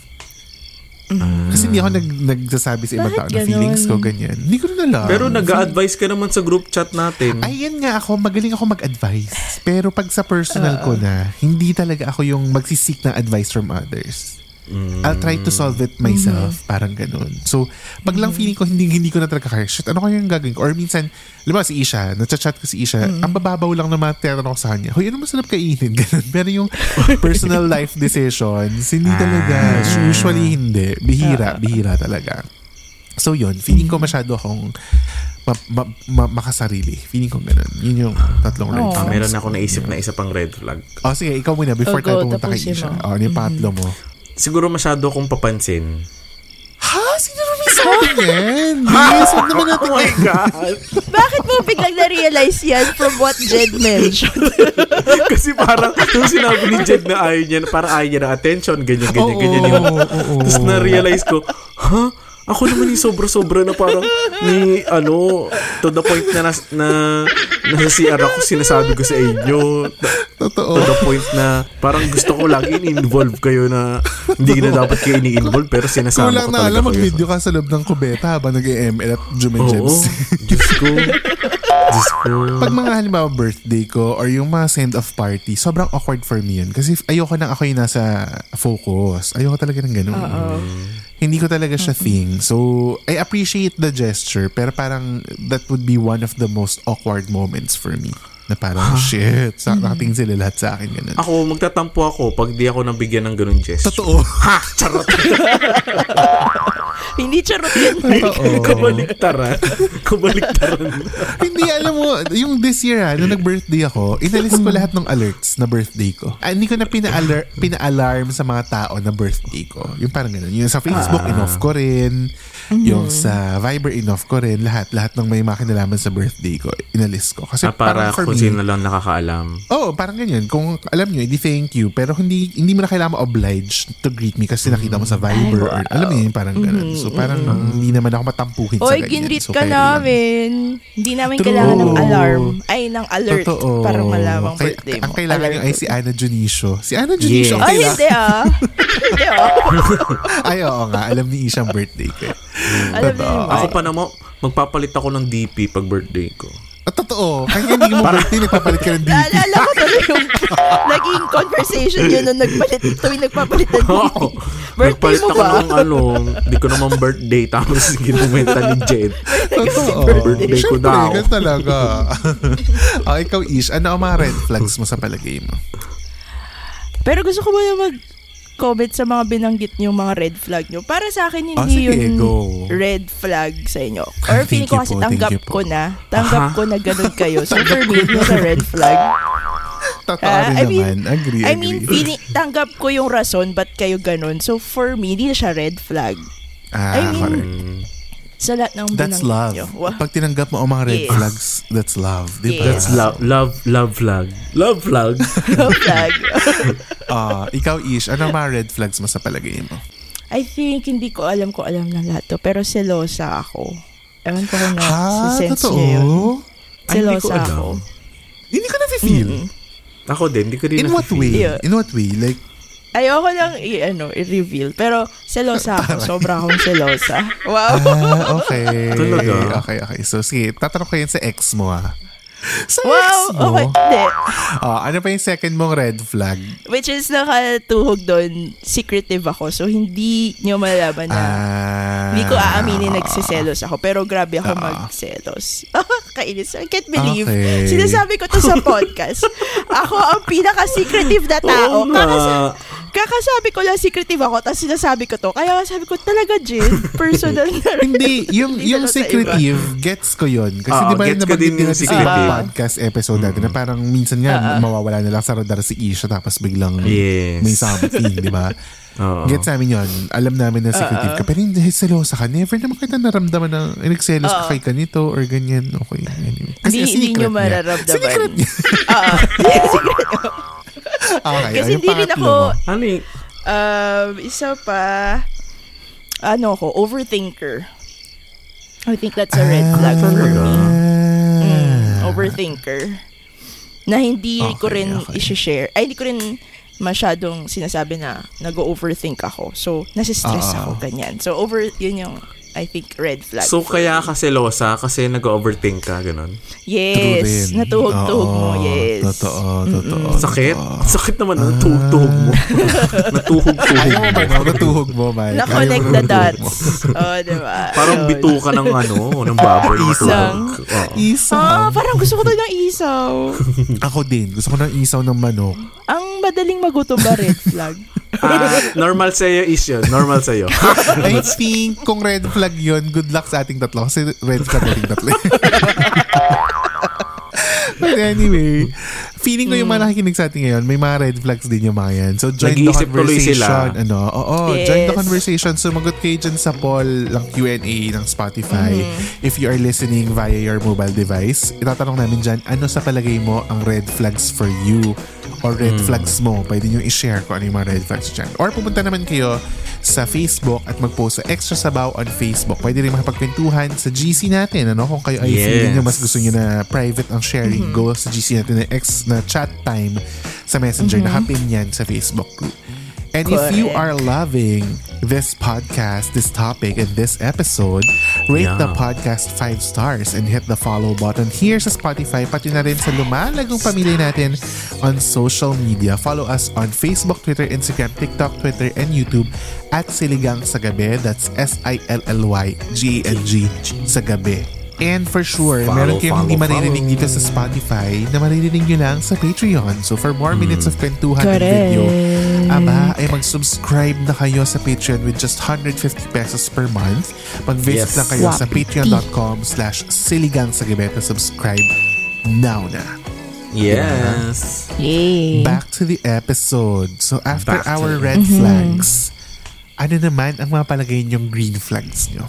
[SPEAKER 1] Kasi hindi ako nag, nagsasabi sa ibang
[SPEAKER 3] Mm-hmm. Bakit
[SPEAKER 1] tao ng feelings ko,
[SPEAKER 3] ganun?
[SPEAKER 1] ganyan. Hindi ko rin alam.
[SPEAKER 4] Pero nag-a-advise ka naman sa group chat natin.
[SPEAKER 1] Ay, yan nga ako, magaling ako mag-advise. Pero pag sa personal ko na, hindi talaga ako yung magsisik ng advice from others. I'll try to solve it myself. Parang ganun. So, pag lang feeling ko, hindi, hindi ko na talaga kaya, shit, ano kaya yung gagawin ko? Or minsan, alam mo, si Isha, nachat-chat ko si Isha, ang bababaw lang ng mga tinatanong ko sa kanya, hoy, ano masarap kainin? Ganun. Pero yung personal life decisions, hindi talaga. Usually, hindi. Bihira, bihira talaga. So yun, feeling ko masyado akong ma- ma- ma- makasarili. Feeling ko ganun. Yun yung tatlong red
[SPEAKER 3] Oh.
[SPEAKER 4] Ah,
[SPEAKER 1] flags.
[SPEAKER 4] meron ako naisip na isa pang red flag.
[SPEAKER 1] Oh, sige, ikaw muna before
[SPEAKER 3] Oh,
[SPEAKER 1] tayo
[SPEAKER 3] go,
[SPEAKER 1] pumunta kay
[SPEAKER 3] tapusin
[SPEAKER 1] Isha.
[SPEAKER 3] mo.
[SPEAKER 1] Oh, ano yung pangatlo mo?
[SPEAKER 4] Siguro masyado akong papansin.
[SPEAKER 1] Ha? Sino naman sa akin yan? Yes, huwag naman natin.
[SPEAKER 4] Oh my God!
[SPEAKER 3] Bakit mo biglang na-realize yan from what Jed mentioned?
[SPEAKER 4] Kasi parang, nung sinabi ni Jed na ayaw niya, parang ayaw niya na attention, ganyan, ganyan, ganyan.
[SPEAKER 1] Oo,
[SPEAKER 4] Yung,
[SPEAKER 1] oo, oo.
[SPEAKER 4] Tapos na-realize ko, ha? Ako naman yung sobra-sobra na parang ni ano, to the point na, nas, na nasa CR ako sinasabi ko sa inyo.
[SPEAKER 1] Totoo.
[SPEAKER 4] To the point na parang gusto ko lagi in-involve kayo na hindi na dapat kayo ini-involve pero sinasama
[SPEAKER 1] Kulang
[SPEAKER 4] ko
[SPEAKER 1] na
[SPEAKER 4] talaga
[SPEAKER 1] alam,
[SPEAKER 4] kayo.
[SPEAKER 1] mag-video ka sa loob ng kubeta habang nag-ML at Jumen
[SPEAKER 4] Oo.
[SPEAKER 1] Gems.
[SPEAKER 4] Diyos ko. Diyos ko.
[SPEAKER 1] Pag mga halimbawa birthday ko or yung mga send-off party, sobrang awkward for me yun. Kasi ayoko nang ako yung nasa focus. Ayoko talaga ng ganun. Hindi ko talaga siya thing. So, I appreciate the gesture pero parang that would be one of the most awkward moments for me. Na parang, shit, sa, nakatingin sila lahat sa akin ganun.
[SPEAKER 4] Ako, magtatampo ako pag di ako nabigyan ng ganun gesture.
[SPEAKER 1] Totoo.
[SPEAKER 4] Ha! Charot!
[SPEAKER 3] Hindi charot yan.
[SPEAKER 4] Kabaliktaran. Kabaliktaran.
[SPEAKER 1] Hindi, alam mo, yung this year ha, nung nag-birthday ako, inalis ko lahat ng alerts na birthday ko. Ah, hindi ko na pina-alar- pina-alarm sa mga tao na birthday ko. Yung parang ganun. Yung sa Facebook,
[SPEAKER 4] Ah.
[SPEAKER 1] in-off ko rin. Yung
[SPEAKER 3] Mhm.
[SPEAKER 1] sa Viber, in-off ko rin. Lahat, lahat ng may makinalaman sa birthday ko, inalis ko. Kasi
[SPEAKER 4] Ah, para
[SPEAKER 1] parang for me,
[SPEAKER 4] kung sino lang nakakaalam.
[SPEAKER 1] Oo, parang ganyan. Kung alam nyo, edi thank you. Pero hindi hindi mo na kailangan oblige to greet me kasi nakita mo sa
[SPEAKER 3] Mm.
[SPEAKER 1] Viber. or, alam mo yun, parang ganun. So parang hindi naman ako matampuhin sa
[SPEAKER 3] Mm-hmm. Oy,
[SPEAKER 1] ganyan.
[SPEAKER 3] ginreet
[SPEAKER 1] So,
[SPEAKER 3] ka
[SPEAKER 1] kaya lang.
[SPEAKER 3] namin. Hindi namin
[SPEAKER 1] True.
[SPEAKER 3] kailangan ng alarm. Ay, ng alert. Para malamang
[SPEAKER 1] Kay-
[SPEAKER 3] birthday mo.
[SPEAKER 1] Ang kailangan
[SPEAKER 3] Alert.
[SPEAKER 1] nyo ay si Ana Junicio. Si Ana Junicio ang
[SPEAKER 3] Ay,
[SPEAKER 1] kaila-
[SPEAKER 3] hindi ah. hindi ah.
[SPEAKER 1] Ay, oo nga. Alam ni Isha ang birthday ko. eh.
[SPEAKER 3] Alam niyo yun.
[SPEAKER 4] Ako pa naman, magpapalit ako ng DP pag birthday ko.
[SPEAKER 1] At Ah, totoo. Kaya hindi mo birthday, nagpapalit ka ng DP.
[SPEAKER 3] Naalala ko tuloy yung naging conversation yun nung nagpalit, tuwing nagpapalit ng DP.
[SPEAKER 4] Oo.
[SPEAKER 3] Birthday
[SPEAKER 4] Nagpalit
[SPEAKER 3] mo
[SPEAKER 4] ako
[SPEAKER 3] ba?
[SPEAKER 1] ah,
[SPEAKER 4] ng ano, hindi ko naman birthday tapos ginumenta ni Jed.
[SPEAKER 1] Totoo.
[SPEAKER 4] Birthday ko
[SPEAKER 1] Siyempre,
[SPEAKER 4] daw.
[SPEAKER 1] ganun talaga. oh, ikaw, Ish, ano ang mga red flags mo sa palagay mo?
[SPEAKER 3] Pero gusto ko muna mag-comment sa mga binanggit niyong mga red flag niyo. Para sa akin,
[SPEAKER 1] Ah,
[SPEAKER 3] hindi
[SPEAKER 1] sige,
[SPEAKER 3] yun
[SPEAKER 1] go.
[SPEAKER 3] red flag sa inyo.
[SPEAKER 1] Ah,
[SPEAKER 3] Or
[SPEAKER 1] thank you
[SPEAKER 3] feeling ko kasi
[SPEAKER 1] po,
[SPEAKER 3] tanggap
[SPEAKER 1] thank you po.
[SPEAKER 3] ko na. Tanggap
[SPEAKER 4] Aha.
[SPEAKER 3] ko na ganun kayo. So for me, yun sa red flag.
[SPEAKER 1] Totoo
[SPEAKER 3] Ah,
[SPEAKER 1] rin
[SPEAKER 3] I mean-
[SPEAKER 1] naman. Agree,
[SPEAKER 3] I
[SPEAKER 1] agree.
[SPEAKER 3] mean, feeling, tanggap ko yung rason ba't kayo ganun. So for me, hindi na siya red flag.
[SPEAKER 1] ah,
[SPEAKER 3] I mean,
[SPEAKER 1] correct.
[SPEAKER 3] Sa lahat ng
[SPEAKER 1] That's
[SPEAKER 3] binanggit
[SPEAKER 1] love.
[SPEAKER 3] niyo. Wa-
[SPEAKER 1] Pag tinanggap mo ang mga red
[SPEAKER 3] Yes.
[SPEAKER 1] flags, that's love. Di ba?
[SPEAKER 4] That's love, love, love flag. Love flag.
[SPEAKER 3] red flag.
[SPEAKER 1] Ah, ikaw, Ish, ano ang mga red flags mo sa palagay mo?
[SPEAKER 3] I think hindi ko alam ko alam ng lahat to. Pero selosa ako. Ewan ko kung na
[SPEAKER 1] Ha?
[SPEAKER 3] sense niyo Ah, yun.
[SPEAKER 1] Totoo?
[SPEAKER 4] Ah, Ay, hindi ko
[SPEAKER 3] Selosa
[SPEAKER 4] alam.
[SPEAKER 3] ako.
[SPEAKER 1] Hindi ka na-feel.
[SPEAKER 4] Ako din, hindi ko din
[SPEAKER 1] In what
[SPEAKER 4] nafe-feel.
[SPEAKER 1] way?
[SPEAKER 3] Yeah.
[SPEAKER 1] In what way? Like,
[SPEAKER 3] Ayoko lang i- ano, i-reveal. Pero selosa ako. Sobra akong selosa. Wow.
[SPEAKER 1] ah, okay.
[SPEAKER 4] Talaga?
[SPEAKER 1] Okay, okay. So, sige, tatanong ko yan sa ex mo, ah. Sa ex
[SPEAKER 3] wow.
[SPEAKER 1] mo?
[SPEAKER 3] Okay. Hindi.
[SPEAKER 1] Ah, ano pa yung second mong red flag?
[SPEAKER 3] Which is nakatuhog doon, secretive ako. So, hindi nyo malalaman na
[SPEAKER 1] Ah,
[SPEAKER 3] Hindi ko aaminin nagsiselos ako, pero grabe ako magselos. Kainis. I can't believe.
[SPEAKER 1] Okay.
[SPEAKER 3] Sinasabi ko to sa podcast. ako ang
[SPEAKER 1] Oh,
[SPEAKER 3] pinaka-secretive na tao.
[SPEAKER 4] Oo nga.
[SPEAKER 3] Kakasa- kakasabi ko lang secretive ako, tapos sinasabi ko to. Kaya sabi ko, talaga, Jin, personal na rin.
[SPEAKER 1] Hindi, yung,
[SPEAKER 3] Hindi
[SPEAKER 1] yung
[SPEAKER 3] na sa iba.
[SPEAKER 1] secretive, gets ko yun. Kasi
[SPEAKER 4] Oo,
[SPEAKER 1] di ba
[SPEAKER 4] Ah, gets
[SPEAKER 1] yung
[SPEAKER 4] ko din
[SPEAKER 1] nabanggit din
[SPEAKER 4] yung
[SPEAKER 1] natin sa
[SPEAKER 4] secretive.
[SPEAKER 1] podcast episode natin na parang minsan nga
[SPEAKER 3] Ah,
[SPEAKER 1] mawawala na lang sa radar si Isha tapos biglang
[SPEAKER 4] Yes.
[SPEAKER 1] may something, di ba?
[SPEAKER 4] Oo.
[SPEAKER 1] Gets namin yun. Alam namin na
[SPEAKER 3] Ah,
[SPEAKER 1] secretive ka. Pero hindi, selosa ka. Never naman kita naramdaman na eh, nagselos ka kay ganito or ganyan. Okay. Anyway.
[SPEAKER 3] Ah. Hindi- hindi
[SPEAKER 1] secret
[SPEAKER 3] nyo
[SPEAKER 1] niya.
[SPEAKER 3] mararamdaman.
[SPEAKER 1] Secret niya.
[SPEAKER 3] Ah,
[SPEAKER 1] okay,
[SPEAKER 3] Kasi
[SPEAKER 1] oh, yung
[SPEAKER 3] hindi rin
[SPEAKER 1] pangatlo
[SPEAKER 3] ako,
[SPEAKER 1] mo.
[SPEAKER 4] Ano yung...
[SPEAKER 3] um, isa pa, ano ko, overthinker. I think that's a
[SPEAKER 1] Ah.
[SPEAKER 3] red flag for me. Mm, overthinker. Na hindi ko
[SPEAKER 1] Okay,
[SPEAKER 3] rin
[SPEAKER 1] okay.
[SPEAKER 3] i-share. Ay, hindi ko rin masyadong sinasabi na nag-overthink ako. So, nasistress
[SPEAKER 1] Ah.
[SPEAKER 3] ako, ganyan. So, over, yun yung, I think, red flag.
[SPEAKER 4] So, kaya ka selosa kasi nag-overthink ka, ganun.
[SPEAKER 1] True
[SPEAKER 3] yes.
[SPEAKER 1] rin.
[SPEAKER 3] Natuhog-tuhog mo,
[SPEAKER 1] Oo,
[SPEAKER 3] yes.
[SPEAKER 1] Totoo, totoo.
[SPEAKER 3] Oh
[SPEAKER 4] Sakit? Sakit naman ang tuhog-tuhog mo.
[SPEAKER 3] Ah.
[SPEAKER 4] Natuhog-tuhog
[SPEAKER 3] oh
[SPEAKER 1] Ayaw mo
[SPEAKER 4] mo.
[SPEAKER 1] ba? Natuhog mo, Mike.
[SPEAKER 3] Na-connect
[SPEAKER 1] Ayaw mo
[SPEAKER 3] the
[SPEAKER 1] natuhog mo.
[SPEAKER 3] dots. oh, diba?
[SPEAKER 4] Parang
[SPEAKER 3] Ayun.
[SPEAKER 4] bitu ka ng ano, ng baboy.
[SPEAKER 3] Isang.
[SPEAKER 4] Oo.
[SPEAKER 3] Ah,
[SPEAKER 1] Isaw.
[SPEAKER 3] parang gusto ko to ng isaw.
[SPEAKER 1] Ako din. Gusto ko ng isaw ng manok.
[SPEAKER 3] Ang madaling magutom ba red flag?
[SPEAKER 4] Ah, normal sa'yo is yun. Normal sa'yo.
[SPEAKER 1] I think kung red flag yun, good luck sa ating tatlo. Kasi red flag ating tatlo. But anyway, feeling ko
[SPEAKER 4] Hmm.
[SPEAKER 1] yung mga nakikinig sa atin ngayon, may mga red flags din yung mga yan. So join the
[SPEAKER 4] Nag-iisip tuloy
[SPEAKER 1] conversation.
[SPEAKER 4] sila.
[SPEAKER 1] Ano, oo, join the
[SPEAKER 3] Yes.
[SPEAKER 1] conversation. Sumagot kayo dyan sa poll ng Q&A ng Spotify. If you are listening via your mobile device, itatanong namin dyan, ano sa palagay mo ang red flags for you? or red flags mo. Pwede nyo i-share kung ano yung mga red flags dyan. Or pupunta naman kayo sa Facebook at mag-post sa Extra Sabaw on Facebook. Pwede rin makapagkwentuhan sa GC natin. Ano? Kung kayo ay
[SPEAKER 4] Yes.
[SPEAKER 1] feeling nyo mas gusto nyo na private ang sharing, go sa GC natin na, ex, na chat time sa Messenger. Nakapin yan sa Facebook group. And if you are loving this podcast, this topic, and this episode, rate
[SPEAKER 4] Yeah.
[SPEAKER 1] the podcast 5 stars and hit the follow button here sa Spotify, pati na rin sa lumalagong pamilya natin on social media. Follow us on Facebook, Twitter, Instagram, TikTok, Twitter, and YouTube at Siligang sa Gabi. That's S-I-L-L-Y-G-A-N-G sa Gabi. And for sure, meron
[SPEAKER 4] Follow,
[SPEAKER 1] kayong hindi
[SPEAKER 4] follow,
[SPEAKER 1] maririnig dito
[SPEAKER 4] follow.
[SPEAKER 1] sa Spotify na maririnig nyo lang sa Patreon. So for
[SPEAKER 4] Hmm.
[SPEAKER 1] more minutes of kwentuhan and
[SPEAKER 3] Correct.
[SPEAKER 1] video, Aba, ay mag-subscribe na kayo sa Patreon with just 150 pesos per month. Mag-visit
[SPEAKER 4] Yes.
[SPEAKER 1] lang kayo sa
[SPEAKER 3] Wapi.
[SPEAKER 1] patreon.com slash siligang sa Gabeta. Subscribe now na.
[SPEAKER 4] Yes.
[SPEAKER 3] Yay.
[SPEAKER 1] Back to the episode. So after
[SPEAKER 4] Back to
[SPEAKER 1] our
[SPEAKER 4] the-
[SPEAKER 1] red
[SPEAKER 3] Mm-hmm.
[SPEAKER 1] flags, ano naman ang mga palagay niyong green flags nyo?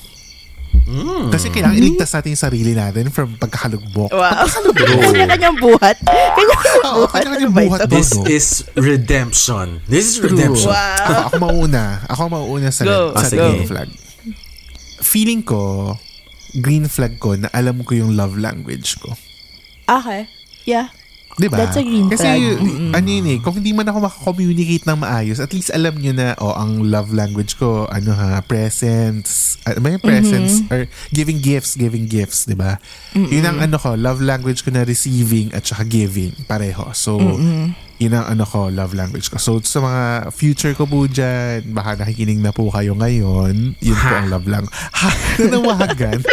[SPEAKER 4] Hmm.
[SPEAKER 1] Kasi kailangan iligtas natin yung sarili natin from pagkakalugmok.
[SPEAKER 3] Wow. Kanya-kanyang buhat. Kanya-kanyang
[SPEAKER 1] Oo,
[SPEAKER 3] buhat.
[SPEAKER 1] kanya-kanyang
[SPEAKER 3] Ano ba
[SPEAKER 1] buhat.
[SPEAKER 3] ito?
[SPEAKER 4] This is redemption. This is redemption.
[SPEAKER 1] Ako, ako mauuna. Ako mauuna sa,
[SPEAKER 3] Go.
[SPEAKER 1] sa
[SPEAKER 4] Ah, sige.
[SPEAKER 1] green flag. Feeling ko, green flag ko na alam ko yung love language ko.
[SPEAKER 3] Okay. Yeah.
[SPEAKER 1] Diba?
[SPEAKER 3] That's a green
[SPEAKER 1] Kasi,
[SPEAKER 3] flag.
[SPEAKER 1] ano yun eh, kung hindi man ako makakommunicate ng maayos, at least alam nyo na, oh, ang love language ko, ano ha, presents, uh, may presents,
[SPEAKER 3] Mm-hmm.
[SPEAKER 1] or giving gifts, giving gifts, di ba? Yun ang ano ko, love language ko na receiving at saka giving, pareho. So, yun ang ano ko, love language ko. So, sa mga future ko po dyan, baka nakikinig na po kayo ngayon, yun po ang love language. Ha! Nanawagan.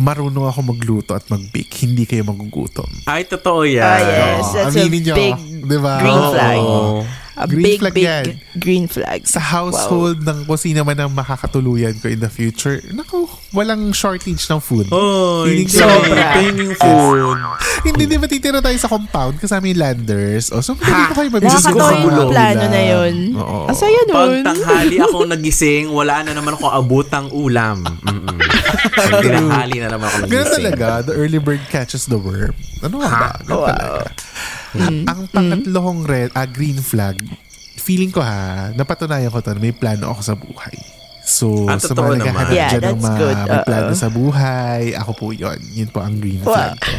[SPEAKER 1] Marunong ako magluto at mag-bake. Hindi kayo magugutom.
[SPEAKER 4] Ay, totoo yan.
[SPEAKER 3] Ah, yes. That's a
[SPEAKER 1] aminin nyo,
[SPEAKER 3] big
[SPEAKER 1] di ba?
[SPEAKER 3] green
[SPEAKER 1] Oo.
[SPEAKER 3] flag. A
[SPEAKER 1] Green
[SPEAKER 3] big,
[SPEAKER 1] flag
[SPEAKER 3] big
[SPEAKER 1] yan.
[SPEAKER 3] green flag.
[SPEAKER 1] Sa household ng kung sino man ang makakatuluyan ko in the future, naku, walang shortage ng food.
[SPEAKER 4] Oh,
[SPEAKER 1] Feeling
[SPEAKER 4] hindi.
[SPEAKER 1] ko-
[SPEAKER 3] Sobra.
[SPEAKER 4] Ito yung food.
[SPEAKER 1] Hindi, di ba titira tayo sa compound kasama yung landers? O, so, hindi ko kayo
[SPEAKER 3] Wow. Nakakatawa
[SPEAKER 1] magugutom.
[SPEAKER 3] yung plano na Ah, yun.
[SPEAKER 1] Oo.
[SPEAKER 3] Ang saya
[SPEAKER 4] Pag
[SPEAKER 3] nun.
[SPEAKER 4] tanghali ako nagising, wala na naman ako abutang ulam. Mm-mm. Pag tinanghali na naman ako
[SPEAKER 1] Ganun
[SPEAKER 4] nagising.
[SPEAKER 1] talaga, the early bird catches the worm. Ano nga ba?
[SPEAKER 4] Ah,
[SPEAKER 1] Ganun talaga.
[SPEAKER 3] Hmm.
[SPEAKER 1] Ang pangatlong red, ah, green flag, feeling ko ha, napatunayan ko to, na may plano ako sa buhay. So,
[SPEAKER 4] Ah,
[SPEAKER 1] sa
[SPEAKER 4] totoo
[SPEAKER 1] mga naghahanap
[SPEAKER 4] naman.
[SPEAKER 3] Yeah,
[SPEAKER 1] dyan ng
[SPEAKER 3] that's
[SPEAKER 1] mga
[SPEAKER 3] good.
[SPEAKER 1] may
[SPEAKER 3] Oo.
[SPEAKER 1] plano sa buhay, ako po yun. Yun po ang green
[SPEAKER 3] Wow.
[SPEAKER 1] flag ko.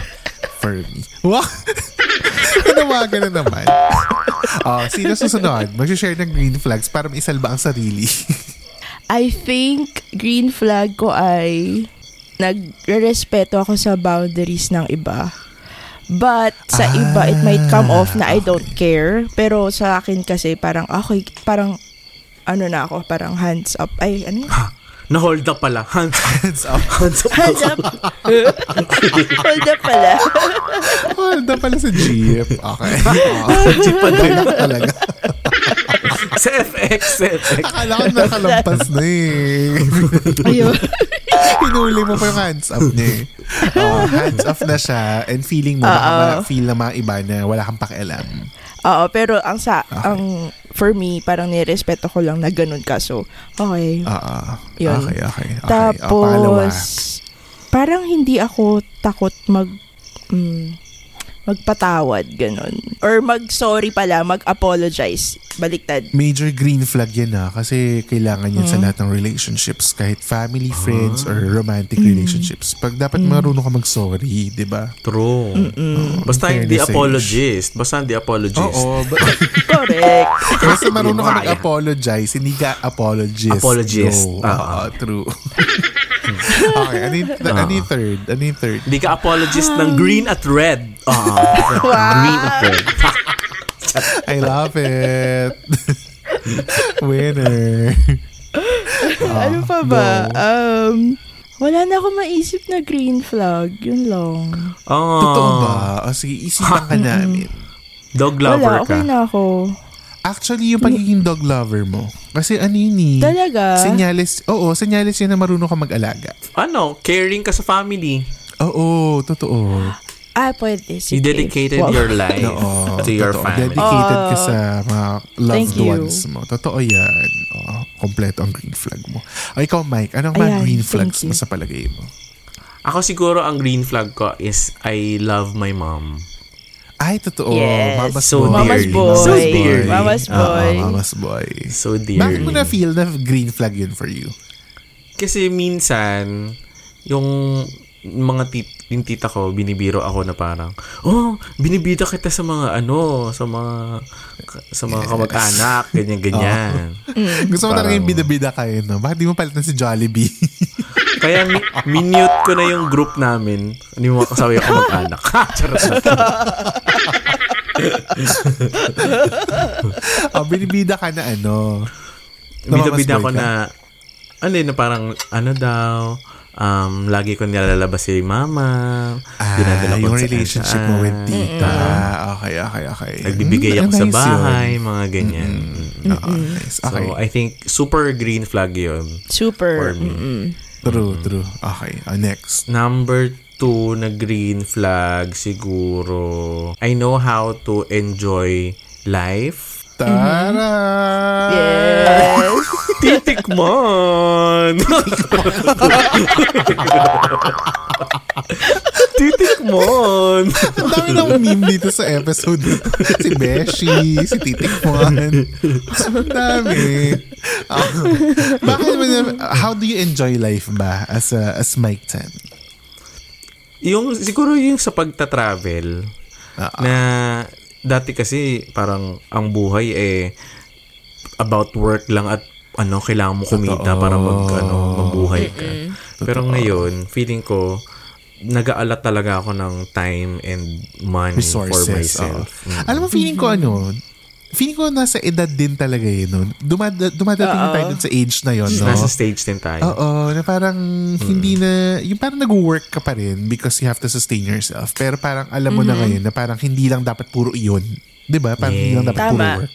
[SPEAKER 1] For me. Wow! Tinawagan na naman. Oh, sino susunod? Mag-share ng green flags para maisalba ang sarili.
[SPEAKER 3] I think green flag ko ay nagre-respeto ako sa boundaries ng iba. But sa iba, it might come off na I don't care. Pero sa akin kasi, parang ako, parang ano na ako, parang hands up. Ay, ano yun?
[SPEAKER 4] Na-hold up pala. Hands up. Hands up.
[SPEAKER 3] Hands up! Hold up pala.
[SPEAKER 1] oh, anda pala sa jeep. Okay. Oh,
[SPEAKER 4] Hindi pa din.
[SPEAKER 1] talaga.
[SPEAKER 4] Sa FX, sa FX.
[SPEAKER 1] Akala ko nakalampas na eh.
[SPEAKER 3] Ayun.
[SPEAKER 1] Hinuli mo pa yung hands up niya eh. Oh, hands off na siya and feeling mo, baka ma-feel na mga iba na wala kang pakialam.
[SPEAKER 3] Oo, pero ang sa, ang, for me, parang nirespeto ko lang na ganun ka. So, okay.
[SPEAKER 1] Oo.
[SPEAKER 3] Yun.
[SPEAKER 1] Ah, Okay, okay. okay. Oh, pangalawa.
[SPEAKER 3] Tapos, parang hindi ako takot mag, mm, magpatawad, ganun. Or mag-sorry pala, mag-apologize. Baliktad.
[SPEAKER 1] Major green flag yan ah. Kasi kailangan yan sa
[SPEAKER 3] Mm.
[SPEAKER 1] lahat ng relationships. Kahit family, friends,
[SPEAKER 3] Ah.
[SPEAKER 1] or romantic
[SPEAKER 3] Mm.
[SPEAKER 1] relationships. Pag dapat marunong ka mag-sorry, di ba? Oh,
[SPEAKER 4] True.
[SPEAKER 3] Mm.
[SPEAKER 4] Basta
[SPEAKER 1] Fairness
[SPEAKER 4] hindi
[SPEAKER 1] age.
[SPEAKER 4] apologist. Basta hindi apologist.
[SPEAKER 1] Oo. but-
[SPEAKER 3] Correct.
[SPEAKER 1] Basta marunong ka
[SPEAKER 4] Hindi mo kaya.
[SPEAKER 1] mag-apologize, hindi ka apologist.
[SPEAKER 4] Apologist.
[SPEAKER 1] Go.
[SPEAKER 4] Ah.
[SPEAKER 1] Oo, true. okay, ano yung, ano yung third? Ano yung third?
[SPEAKER 4] Hindi ka apologist ng green at red. Ah, green at red.
[SPEAKER 1] I love it. Winner. Ah,
[SPEAKER 3] ano pa ba? Um, wala na ako maisip na green flag. Yun lang.
[SPEAKER 4] Oh,
[SPEAKER 1] Totoo ba? O sige, isipan ka namin.
[SPEAKER 4] Dog lover
[SPEAKER 3] Wala, okay
[SPEAKER 4] ka.
[SPEAKER 3] na ako.
[SPEAKER 1] Hmm. Actually, yung pagiging dog lover mo. Kasi ano yun eh.
[SPEAKER 3] Talaga?
[SPEAKER 1] Senyales, oo, senyales yun na marunong ka mag-alaga.
[SPEAKER 4] Ano, caring ka sa family.
[SPEAKER 1] Oo, totoo.
[SPEAKER 3] Ah, pwede. Sige.
[SPEAKER 4] You dedicated
[SPEAKER 3] Wow.
[SPEAKER 4] your life
[SPEAKER 1] Oo,
[SPEAKER 4] to your
[SPEAKER 1] totoo.
[SPEAKER 4] family.
[SPEAKER 1] Dedicated ka sa mga loved
[SPEAKER 3] Oh. Thank you.
[SPEAKER 1] ones mo. Totoo yan. Oo, kompleto ang green flag mo. O ikaw, Mike, anong mga
[SPEAKER 3] Ayan,
[SPEAKER 1] green
[SPEAKER 3] thank
[SPEAKER 1] flags mo
[SPEAKER 3] you.
[SPEAKER 1] sa palagay mo?
[SPEAKER 4] Ako siguro ang green flag ko is I love my mom.
[SPEAKER 1] Ay, totoo.
[SPEAKER 3] Yes.
[SPEAKER 1] Mama's
[SPEAKER 4] So
[SPEAKER 1] boy.
[SPEAKER 3] Mama's
[SPEAKER 4] dearly.
[SPEAKER 3] boy.
[SPEAKER 4] So dearly.
[SPEAKER 3] Mama's
[SPEAKER 1] Oo,
[SPEAKER 3] boy.
[SPEAKER 1] mama's boy.
[SPEAKER 4] So dear.
[SPEAKER 1] Bakit mo na-feel na green flag yun for you?
[SPEAKER 4] Kasi minsan, yung mga tit yung tita ko, binibiro ako na parang, oh, binibida kita sa mga ano, sa mga sa mga kamag-anak, ganyan-ganyan.
[SPEAKER 3] Mm.
[SPEAKER 1] Gusto mo talaga
[SPEAKER 4] Parang-
[SPEAKER 1] yung bidabida kayo, no? Bakit di mo palitan si Jollibee?
[SPEAKER 4] Kaya mi- minute ko na yung group namin. Hindi mo makasabi ako mag-anak. Charot lang.
[SPEAKER 1] o, Ah, binibida ka na ano? Na mama's
[SPEAKER 4] Bida-bida
[SPEAKER 1] boy
[SPEAKER 4] ko
[SPEAKER 1] ka?
[SPEAKER 4] na, ano yun, na parang, ano daw, um, lagi ko nilalabas si mama.
[SPEAKER 1] Ah,
[SPEAKER 4] dinadala ko
[SPEAKER 1] yung
[SPEAKER 4] sa-
[SPEAKER 1] relationship mo with tita. Okay, okay, okay.
[SPEAKER 4] Nagbibigay
[SPEAKER 1] Mm,
[SPEAKER 4] ako sa
[SPEAKER 1] nice yun. Mm,
[SPEAKER 4] bahay, mga ganyan. Mm.
[SPEAKER 1] Oo, nice. Okay.
[SPEAKER 4] So, I think super green flag yun.
[SPEAKER 3] Super. mm-mm.
[SPEAKER 1] True, true. Okay, ah, next.
[SPEAKER 4] Number two na green flag siguro, I know how to enjoy life.
[SPEAKER 1] Tara!
[SPEAKER 3] Yes.
[SPEAKER 4] Titikman! Titikman!
[SPEAKER 1] Ang dami ng meme dito sa episode. si Beshi, si Titik Juan. Ang dami. Ah, Bakit mo na- how do you enjoy life ba as a, as Mike Tan?
[SPEAKER 4] Mm, Yung siguro yung sa pagta-travel
[SPEAKER 1] Ah,
[SPEAKER 4] na dati kasi parang ang buhay eh about work lang at ano kailangan mo kumita para mag ano mabuhay ka. Pero ngayon, feeling ko nag-aalat talaga ako ng time and money
[SPEAKER 1] Resources.
[SPEAKER 4] for myself. Mm.
[SPEAKER 1] oo. Alam mo, feeling ko ano, feeling ko nasa edad din talaga yun. No? Dumada, dumadating na tayo dun sa age na yun. No?
[SPEAKER 4] Nasa stage din tayo.
[SPEAKER 1] Oo, na parang
[SPEAKER 4] Mm.
[SPEAKER 1] hindi na, yung parang nag-work ka pa rin because you have to sustain yourself. Pero parang alam mo na ngayon na parang hindi lang dapat puro iyon. 'Di ba? Parang hindi lang dapat puro
[SPEAKER 3] Tama.
[SPEAKER 1] work.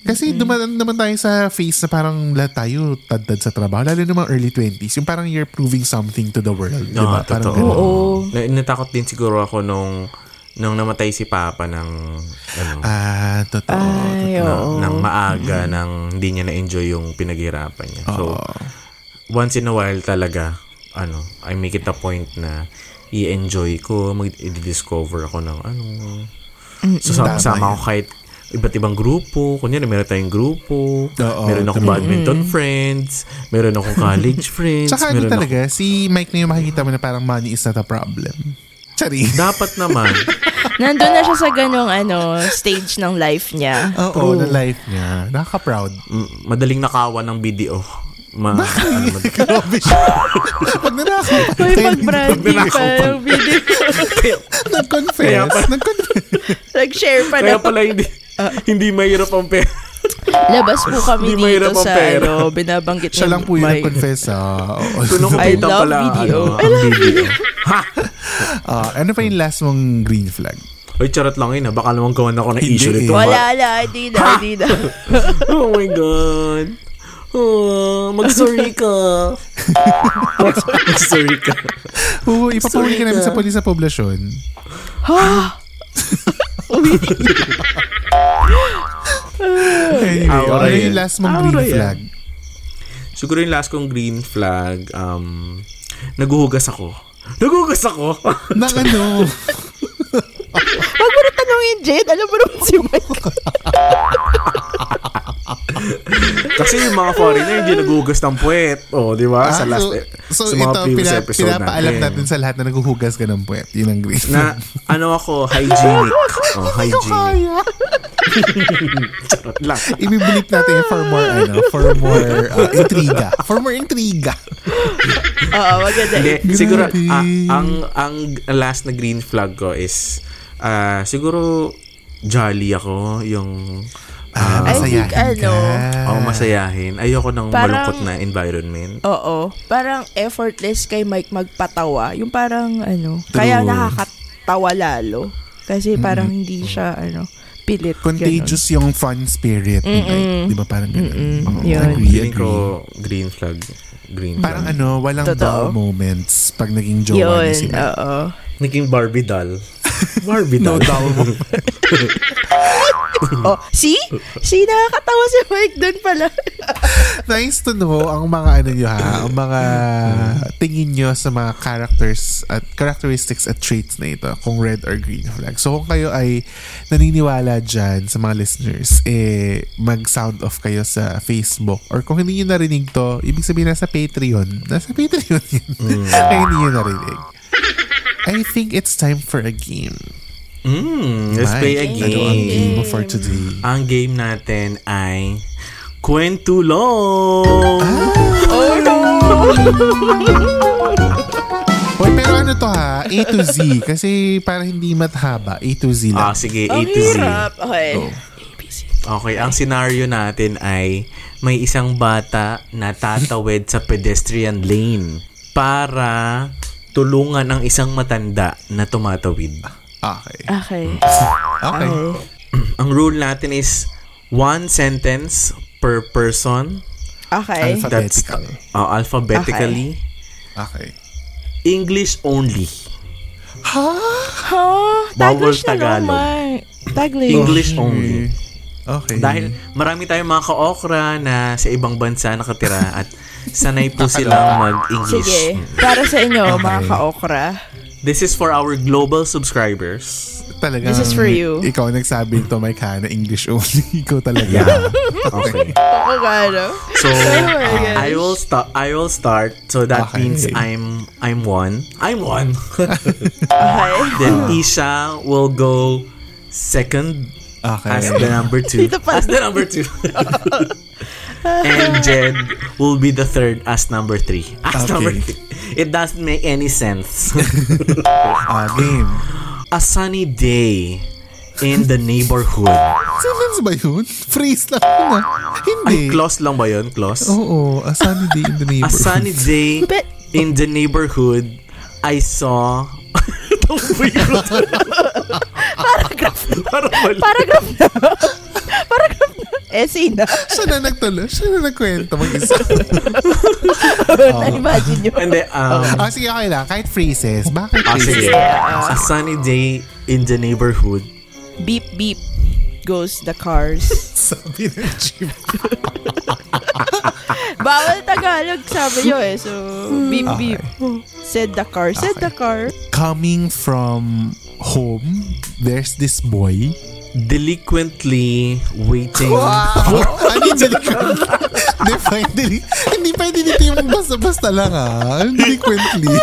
[SPEAKER 1] Kasi dumaan naman tayo sa phase na parang lahat tayo tadad sa trabaho. Lalo naman early 20s. Yung parang you're proving something to the world. Di ba? diba?
[SPEAKER 4] Ah,
[SPEAKER 1] Parang
[SPEAKER 4] totoo.
[SPEAKER 1] ganun.
[SPEAKER 4] Na- natakot din siguro ako nung nung namatay si Papa ng ano,
[SPEAKER 1] Ah, totoo.
[SPEAKER 3] Ay,
[SPEAKER 4] na,
[SPEAKER 3] oo.
[SPEAKER 4] ng maaga nang hindi niya na-enjoy yung pinaghirapan niya. So, once in a while talaga, ano, I make it a point na i-enjoy ko, mag-discover ako ng ano.
[SPEAKER 1] Mm,
[SPEAKER 4] So, sa- sama ko kahit iba't ibang grupo. Kunyari, meron tayong grupo.
[SPEAKER 1] Oo, Mm.
[SPEAKER 4] meron akong badminton friends. Meron akong college friends.
[SPEAKER 1] Tsaka ano
[SPEAKER 4] meron ako-
[SPEAKER 1] talaga, si Mike na yung makikita mo na parang money is not a problem. Sorry.
[SPEAKER 4] dapat naman.
[SPEAKER 3] Nandun na siya sa ganong ano, stage ng life niya.
[SPEAKER 1] Oo, na life niya. Nakaka-proud.
[SPEAKER 4] M- madaling nakawan ng video. Ma- ano, mad-
[SPEAKER 1] Grabe siya. Pag nanakaw.
[SPEAKER 3] Uy, pag-branding
[SPEAKER 4] Pag
[SPEAKER 3] pa
[SPEAKER 4] nanakaw
[SPEAKER 3] ng video.
[SPEAKER 1] Nag-confess.
[SPEAKER 4] Kaya pala-
[SPEAKER 1] Nag-confess.
[SPEAKER 3] Nag-share pa
[SPEAKER 4] Kaya
[SPEAKER 3] na.
[SPEAKER 4] pala hindi,
[SPEAKER 1] Ah.
[SPEAKER 4] hindi mahirap ang pera.
[SPEAKER 3] Labas po kami
[SPEAKER 4] Hindi mahirap
[SPEAKER 3] dito
[SPEAKER 4] ang
[SPEAKER 3] sa
[SPEAKER 4] pera.
[SPEAKER 3] ano, binabanggit
[SPEAKER 1] Siya
[SPEAKER 3] ni
[SPEAKER 1] lang po yung
[SPEAKER 3] Mike.
[SPEAKER 1] nag-confess. ah. Oo.
[SPEAKER 4] Kung nung
[SPEAKER 3] I
[SPEAKER 4] kumita
[SPEAKER 3] love
[SPEAKER 4] pala,
[SPEAKER 3] video.
[SPEAKER 4] Ano, I love video. ha!
[SPEAKER 1] Ah, ano pa yung last mong green flag?
[SPEAKER 4] Uy, charot lang yun ha. Baka naman gawan ako ng
[SPEAKER 1] Hindi
[SPEAKER 4] issue
[SPEAKER 1] eh.
[SPEAKER 4] nito.
[SPEAKER 3] Wala, wala. Hindi na, hindi na.
[SPEAKER 4] Oh my God. Oh, mag-sorry ka. mag-sorry ka.
[SPEAKER 1] Oo, ipapawin ka namin
[SPEAKER 4] ka.
[SPEAKER 1] sa polis sa poblasyon. anyway,
[SPEAKER 4] Aura
[SPEAKER 1] ano
[SPEAKER 4] yan.
[SPEAKER 1] yung last mong
[SPEAKER 4] Aura
[SPEAKER 1] green
[SPEAKER 4] yan.
[SPEAKER 1] flag?
[SPEAKER 4] Siguro yung last kong green flag, um, naguhugas ako. Naguhugas ako!
[SPEAKER 1] Nang ano?
[SPEAKER 3] Huwag mo na tanongin, Jade. Alam mo naman si Mike.
[SPEAKER 4] Kasi yung mga foreigner, hindi naguhugas ng puwet. Oh, di ba? sa last, e-
[SPEAKER 1] Ah, so,
[SPEAKER 4] sa
[SPEAKER 1] so
[SPEAKER 4] mga
[SPEAKER 1] ito,
[SPEAKER 4] previous
[SPEAKER 1] pina,
[SPEAKER 4] episode
[SPEAKER 1] pinapaalam natin sa lahat na naghuhugas ka ng puwet. Yun ang green
[SPEAKER 4] na
[SPEAKER 1] flag.
[SPEAKER 4] ano ako, hygienic. Oh, hygienic. Charot lang.
[SPEAKER 1] Ibibilip natin for more, ano, for more uh, intriga. For more intriga.
[SPEAKER 3] Oo, maganda.
[SPEAKER 4] Hindi, siguro
[SPEAKER 1] Grabe.
[SPEAKER 4] ah, ang ang last na green flag ko is ah, siguro jolly ako yung
[SPEAKER 1] Ah,
[SPEAKER 3] I
[SPEAKER 1] masayahin
[SPEAKER 3] think, ano,
[SPEAKER 1] ka.
[SPEAKER 4] oh, masayahin. Ayoko ng
[SPEAKER 3] Parang-
[SPEAKER 4] malungkot na environment.
[SPEAKER 3] Oo. Parang effortless kay Mike magpatawa. Yung parang, ano, kaya nakakatawa lalo. Kasi parang hindi siya, ano, pilit.
[SPEAKER 1] Contagious yung fun spirit. ni Mike. Di ba parang ganun? Oo,
[SPEAKER 3] Yun.
[SPEAKER 1] agree,
[SPEAKER 4] Feeling
[SPEAKER 1] agree.
[SPEAKER 4] ko green flag. Green
[SPEAKER 1] Parang
[SPEAKER 4] flag.
[SPEAKER 1] ano, walang dull
[SPEAKER 3] Totoo.
[SPEAKER 1] moments pag naging
[SPEAKER 3] Ganun.
[SPEAKER 1] jowa
[SPEAKER 3] Yun,
[SPEAKER 1] niya si Mike.
[SPEAKER 3] oo.
[SPEAKER 4] Naging Barbie doll. Barbie doll.
[SPEAKER 3] Oh, see? See, nakakatawa si Mike doon pala.
[SPEAKER 1] nice to know ang mga ano nyo ha, ang mga tingin nyo sa mga characters at characteristics at traits na ito, kung red or green flag. So kung kayo ay naniniwala dyan sa mga listeners, eh mag-sound off kayo sa Facebook or kung hindi nyo narinig to, ibig sabihin nasa Patreon. Nasa Patreon yun.
[SPEAKER 4] Mm.
[SPEAKER 1] Kaya hindi nyo narinig. I think it's time for a game.
[SPEAKER 4] Mm, let's
[SPEAKER 1] Mike,
[SPEAKER 4] play a
[SPEAKER 1] Ano ang
[SPEAKER 4] game.
[SPEAKER 1] game mo for today?
[SPEAKER 4] Ang game natin ay Kwentulong!
[SPEAKER 1] Ah. Hoy, pero ano to ha? A to Z. Kasi para hindi mathaba, A to Z lang.
[SPEAKER 4] Ah, sige, A
[SPEAKER 3] Ang
[SPEAKER 4] to Z. Oh.
[SPEAKER 3] hirap. Okay.
[SPEAKER 4] Okay, ang scenario natin ay may isang bata na tatawid sa pedestrian lane para tulungan ang isang matanda na tumatawid.
[SPEAKER 1] Okay.
[SPEAKER 3] Okay.
[SPEAKER 4] Mm.
[SPEAKER 1] Okay.
[SPEAKER 4] Ano? Ang rule natin is one sentence per person.
[SPEAKER 3] Okay.
[SPEAKER 4] That's
[SPEAKER 1] Alphabetical.
[SPEAKER 4] uh, alphabetically.
[SPEAKER 1] Okay.
[SPEAKER 4] English only.
[SPEAKER 3] Ha?
[SPEAKER 4] Bawal
[SPEAKER 3] Taglish na
[SPEAKER 4] Tagalog.
[SPEAKER 3] naman. Taglish.
[SPEAKER 4] English
[SPEAKER 1] Oh.
[SPEAKER 4] only.
[SPEAKER 1] Mm-hmm. Okay.
[SPEAKER 4] Dahil marami tayong mga ka-okra na sa ibang bansa nakatira at sanay po silang mag-English.
[SPEAKER 3] Sige. Para sa inyo, mga ka-okra.
[SPEAKER 4] This is for our global subscribers.
[SPEAKER 1] Talagang
[SPEAKER 3] This is for you.
[SPEAKER 1] Ikaw ang nagsabi to my kana English only. ikaw talaga.
[SPEAKER 4] Okay.
[SPEAKER 3] Oh, God. oh.
[SPEAKER 4] So uh, I
[SPEAKER 3] my
[SPEAKER 4] will start. I will start. So that
[SPEAKER 1] Okay.
[SPEAKER 4] means I'm I'm one. I'm one.
[SPEAKER 3] Okay.
[SPEAKER 4] then Isha will go second
[SPEAKER 1] Okay.
[SPEAKER 4] as the number two.
[SPEAKER 3] Dito pa.
[SPEAKER 4] as the number two. and Jed will be the third as number three. As
[SPEAKER 1] Okay.
[SPEAKER 4] number three. It doesn't make any sense.
[SPEAKER 1] Ah, game.
[SPEAKER 4] A sunny day in the neighborhood.
[SPEAKER 1] Sentence ba yun? Phrase lang yun ah. Hindi.
[SPEAKER 4] Close lang ba yun? Close?
[SPEAKER 1] Oo, a sunny day in the
[SPEAKER 4] A
[SPEAKER 1] neighborhood.
[SPEAKER 4] sunny day
[SPEAKER 3] But-
[SPEAKER 4] in the neighborhood, I saw... Don't freak out. Parang mali.
[SPEAKER 3] Paragraph na. Paragraph na. Essay na.
[SPEAKER 1] Siya na nagtuloy. Siya na nagkwento mag-isa.
[SPEAKER 4] Oh.
[SPEAKER 3] Na-imagine nyo.
[SPEAKER 4] And then, um,
[SPEAKER 1] ah, sige, okay lang. Kahit phrases. Bakit
[SPEAKER 4] ah,
[SPEAKER 1] phrases?
[SPEAKER 4] sige. A sunny day in the neighborhood,
[SPEAKER 3] Beep, beep goes the cars.
[SPEAKER 1] Sabi ng chief.
[SPEAKER 3] Bawal Tagalog, sabi nyo eh. So, beep, beep. Said the car. Said the car.
[SPEAKER 1] Coming from home, there's this boy.
[SPEAKER 4] delinquently waiting.
[SPEAKER 1] Ano yung delinquent? Hindi pa yung deli- Hindi pa yung dito yung basta-basta lang ah. Yung delinquently.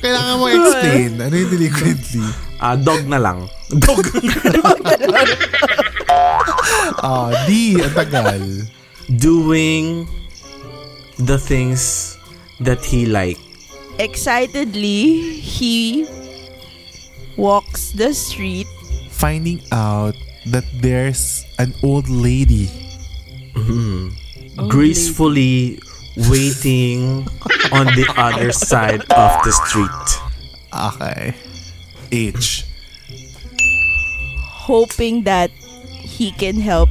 [SPEAKER 1] Kailangan mo explain. Ano yung delinquently?
[SPEAKER 4] Ah, dog na lang.
[SPEAKER 1] Ah, di. Ang tagal.
[SPEAKER 4] Doing the things that he like.
[SPEAKER 3] Excitedly, he walks the street.
[SPEAKER 1] Finding out that there's an old lady
[SPEAKER 4] gracefully waiting on the other side of the street.
[SPEAKER 1] Okay. H.
[SPEAKER 3] hoping that he can help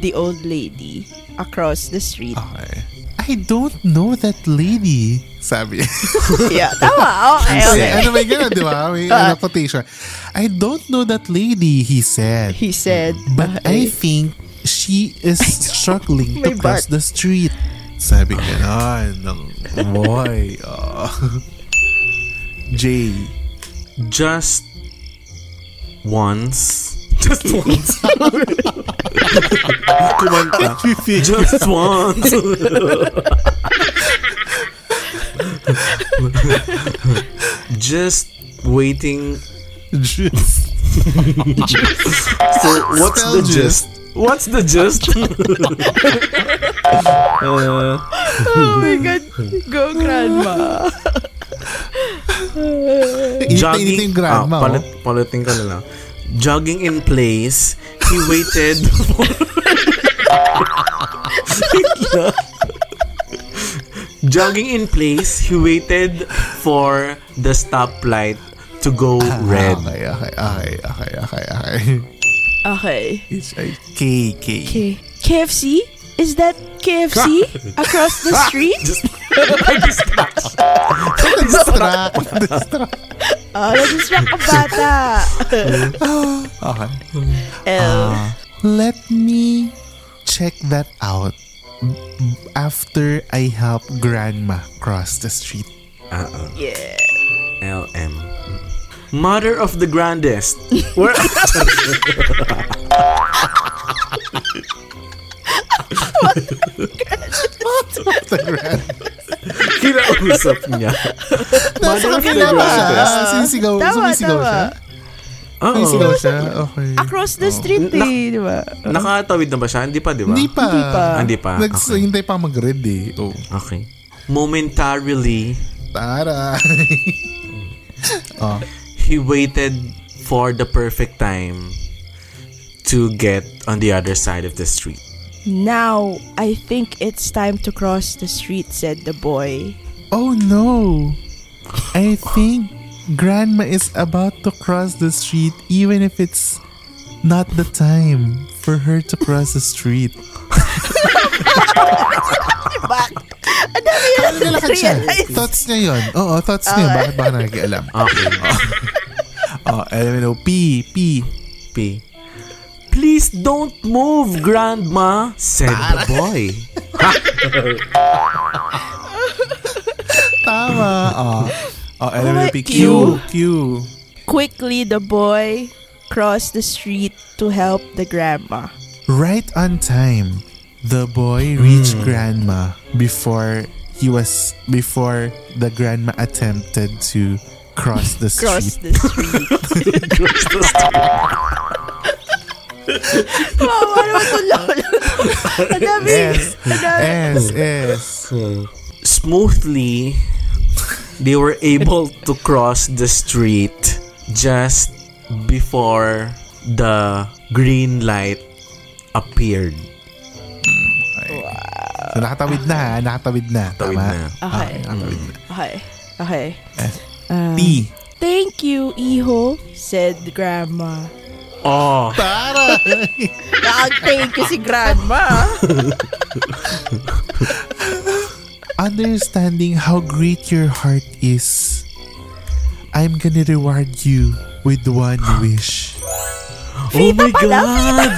[SPEAKER 3] the old lady across the street.
[SPEAKER 1] Okay. I don't know that lady. Sabi.
[SPEAKER 3] yeah, tama. Okay, Ah.
[SPEAKER 1] Kasi
[SPEAKER 3] okay.
[SPEAKER 1] ano may gano'n, di ba? May ano, quotation. I don't know that lady, he said.
[SPEAKER 3] He said,
[SPEAKER 1] But I think she is struggling to
[SPEAKER 3] May
[SPEAKER 1] cross the street. Sabi gano'n ng boy. Oh. J.
[SPEAKER 4] Just once. Just once. Kumanta. Just once. Just waiting.
[SPEAKER 1] Just.
[SPEAKER 4] So what's
[SPEAKER 1] Spell
[SPEAKER 4] the
[SPEAKER 1] just.
[SPEAKER 4] gist? What's the gist? Uh,
[SPEAKER 3] Oh my god, go grandma.
[SPEAKER 1] Initin yung grandma. oh.
[SPEAKER 4] Ah, palit, palitin ko na lang. Jogging in place, he waited for... Wait lang. Jogging in place, he waited for the stoplight to go
[SPEAKER 1] Ah.
[SPEAKER 4] red.
[SPEAKER 1] Okay, okay, okay, okay, okay, okay.
[SPEAKER 3] Okay.
[SPEAKER 1] It's a K, K.
[SPEAKER 3] Okay. KFC? Is that KFC across the street?
[SPEAKER 4] Just, I distract.
[SPEAKER 1] Distract. Distract.
[SPEAKER 3] Oh, nadistract ang bata.
[SPEAKER 1] Okay.
[SPEAKER 3] L.
[SPEAKER 1] Let me check that out after I help grandma cross the street.
[SPEAKER 3] Yeah.
[SPEAKER 4] LM. Mother of the grandest. Where? Kinausap niya. Mother of the
[SPEAKER 1] Tama siya.
[SPEAKER 4] grandest.
[SPEAKER 1] Sinisigaw,
[SPEAKER 3] Tama,
[SPEAKER 1] sumisigaw siya.
[SPEAKER 3] tama.
[SPEAKER 4] Oo.
[SPEAKER 1] Sumisigaw Oh, siya. Ah, Okay.
[SPEAKER 3] Across the street
[SPEAKER 4] Na-
[SPEAKER 3] eh, di ba?
[SPEAKER 4] Nakatawid na ba siya? Hindi pa, di ba? Ah,
[SPEAKER 1] Hindi pa. Hindi
[SPEAKER 3] pa.
[SPEAKER 4] Hindi pa. Okay.
[SPEAKER 1] Nagsihintay pa mag-red eh. Oh.
[SPEAKER 4] okay. Momentarily,
[SPEAKER 1] Tara.
[SPEAKER 4] he waited for the perfect time to get on the other side of the street.
[SPEAKER 3] Now, I think it's time to cross the street, said the boy.
[SPEAKER 1] oh no. I think grandma is about to cross the street even if it's not the time for her to cross the street.
[SPEAKER 3] Back. Ang dami
[SPEAKER 1] Ano
[SPEAKER 3] na
[SPEAKER 1] nilakad siya?
[SPEAKER 3] realize.
[SPEAKER 1] Thoughts niya yun. Oo, thoughts niya.
[SPEAKER 4] Oh.
[SPEAKER 1] Bakit ba nakikialam?
[SPEAKER 4] Okay.
[SPEAKER 1] Oh, alam mo, P, P.
[SPEAKER 4] P. Please don't move, Grandma, said the boy.
[SPEAKER 1] tama. Oh. Oh,
[SPEAKER 3] my-
[SPEAKER 1] elementary Q. Q.
[SPEAKER 3] Quickly, the boy crossed the street to help the grandma.
[SPEAKER 1] Right on time, the boy reached grandma before he was before the grandma attempted to cross the
[SPEAKER 3] Cross
[SPEAKER 1] street.
[SPEAKER 3] the street. wow, ano ba ito, Lolo? Ang dami.
[SPEAKER 1] S,
[SPEAKER 3] Ang dami.
[SPEAKER 1] S, S.
[SPEAKER 4] Smoothly, they were able to cross the street just before the green light appeared.
[SPEAKER 1] So, nakatawid na, ha? nakatawid na.
[SPEAKER 4] Tawid
[SPEAKER 1] tama? Ah,
[SPEAKER 4] na.
[SPEAKER 3] Okay. Ah.
[SPEAKER 1] Nakatawid na.
[SPEAKER 3] Okay. Okay.
[SPEAKER 1] T.
[SPEAKER 3] Thank you, Iho, said Grandma.
[SPEAKER 4] Oh,
[SPEAKER 3] Nakag-thank you si Grandma.
[SPEAKER 1] Understanding how great your heart is, I'm gonna reward you with one wish.
[SPEAKER 4] oh my god!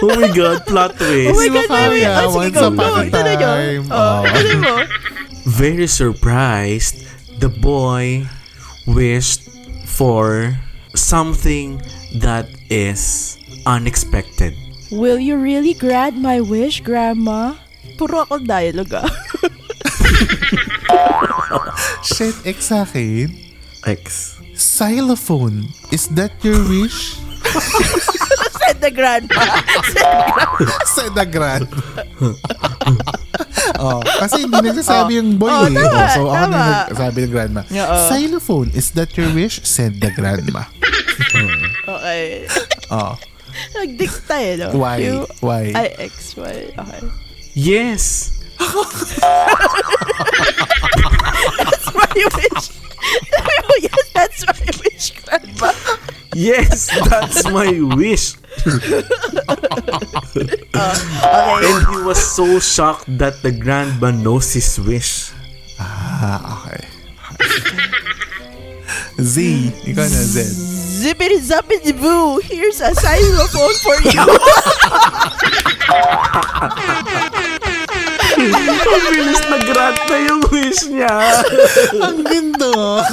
[SPEAKER 4] oh my god, plot twist.
[SPEAKER 3] Oh my God, Mary.
[SPEAKER 1] Kaya,
[SPEAKER 3] Ah, sige,
[SPEAKER 1] once
[SPEAKER 3] go,
[SPEAKER 1] upon
[SPEAKER 3] go.
[SPEAKER 1] a
[SPEAKER 3] Ito na yun.
[SPEAKER 1] time.
[SPEAKER 3] Oh,
[SPEAKER 1] Oh.
[SPEAKER 3] ano mo?
[SPEAKER 4] Very surprised, the boy wished for something that is unexpected.
[SPEAKER 3] Will you really grant my wish, Grandma? Puro ako dialogue ah.
[SPEAKER 1] Shit, exactly.
[SPEAKER 4] X.
[SPEAKER 1] Xylophone, is that your wish?
[SPEAKER 3] said the Grandma.
[SPEAKER 1] Said the grand. oh, kasi hindi nagsasabi yung boy
[SPEAKER 3] Oh,
[SPEAKER 1] eh.
[SPEAKER 3] tama,
[SPEAKER 1] Oh, so ako na
[SPEAKER 3] tama.
[SPEAKER 1] yung nagsabi ng grandma.
[SPEAKER 3] Oo.
[SPEAKER 1] Xylophone, is that your wish? Said the grandma.
[SPEAKER 3] Okay.
[SPEAKER 1] Oh,
[SPEAKER 3] Nagdikta eh, no?
[SPEAKER 1] why?
[SPEAKER 3] You-
[SPEAKER 1] Why?
[SPEAKER 3] I, X, Y. Okay.
[SPEAKER 4] Yes!
[SPEAKER 3] That's my wish. oh, yes, that's my wish, Grandma.
[SPEAKER 4] Yes! That's my wish!
[SPEAKER 3] Okay.
[SPEAKER 4] And he was so shocked that the grandma knows his wish.
[SPEAKER 1] Ah, okay. Z, ikaw na Z.
[SPEAKER 3] Zippity zappity boo. Here's a xylophone for you.
[SPEAKER 4] Ang bilis na grant na yung wish niya!
[SPEAKER 1] Ang ganda.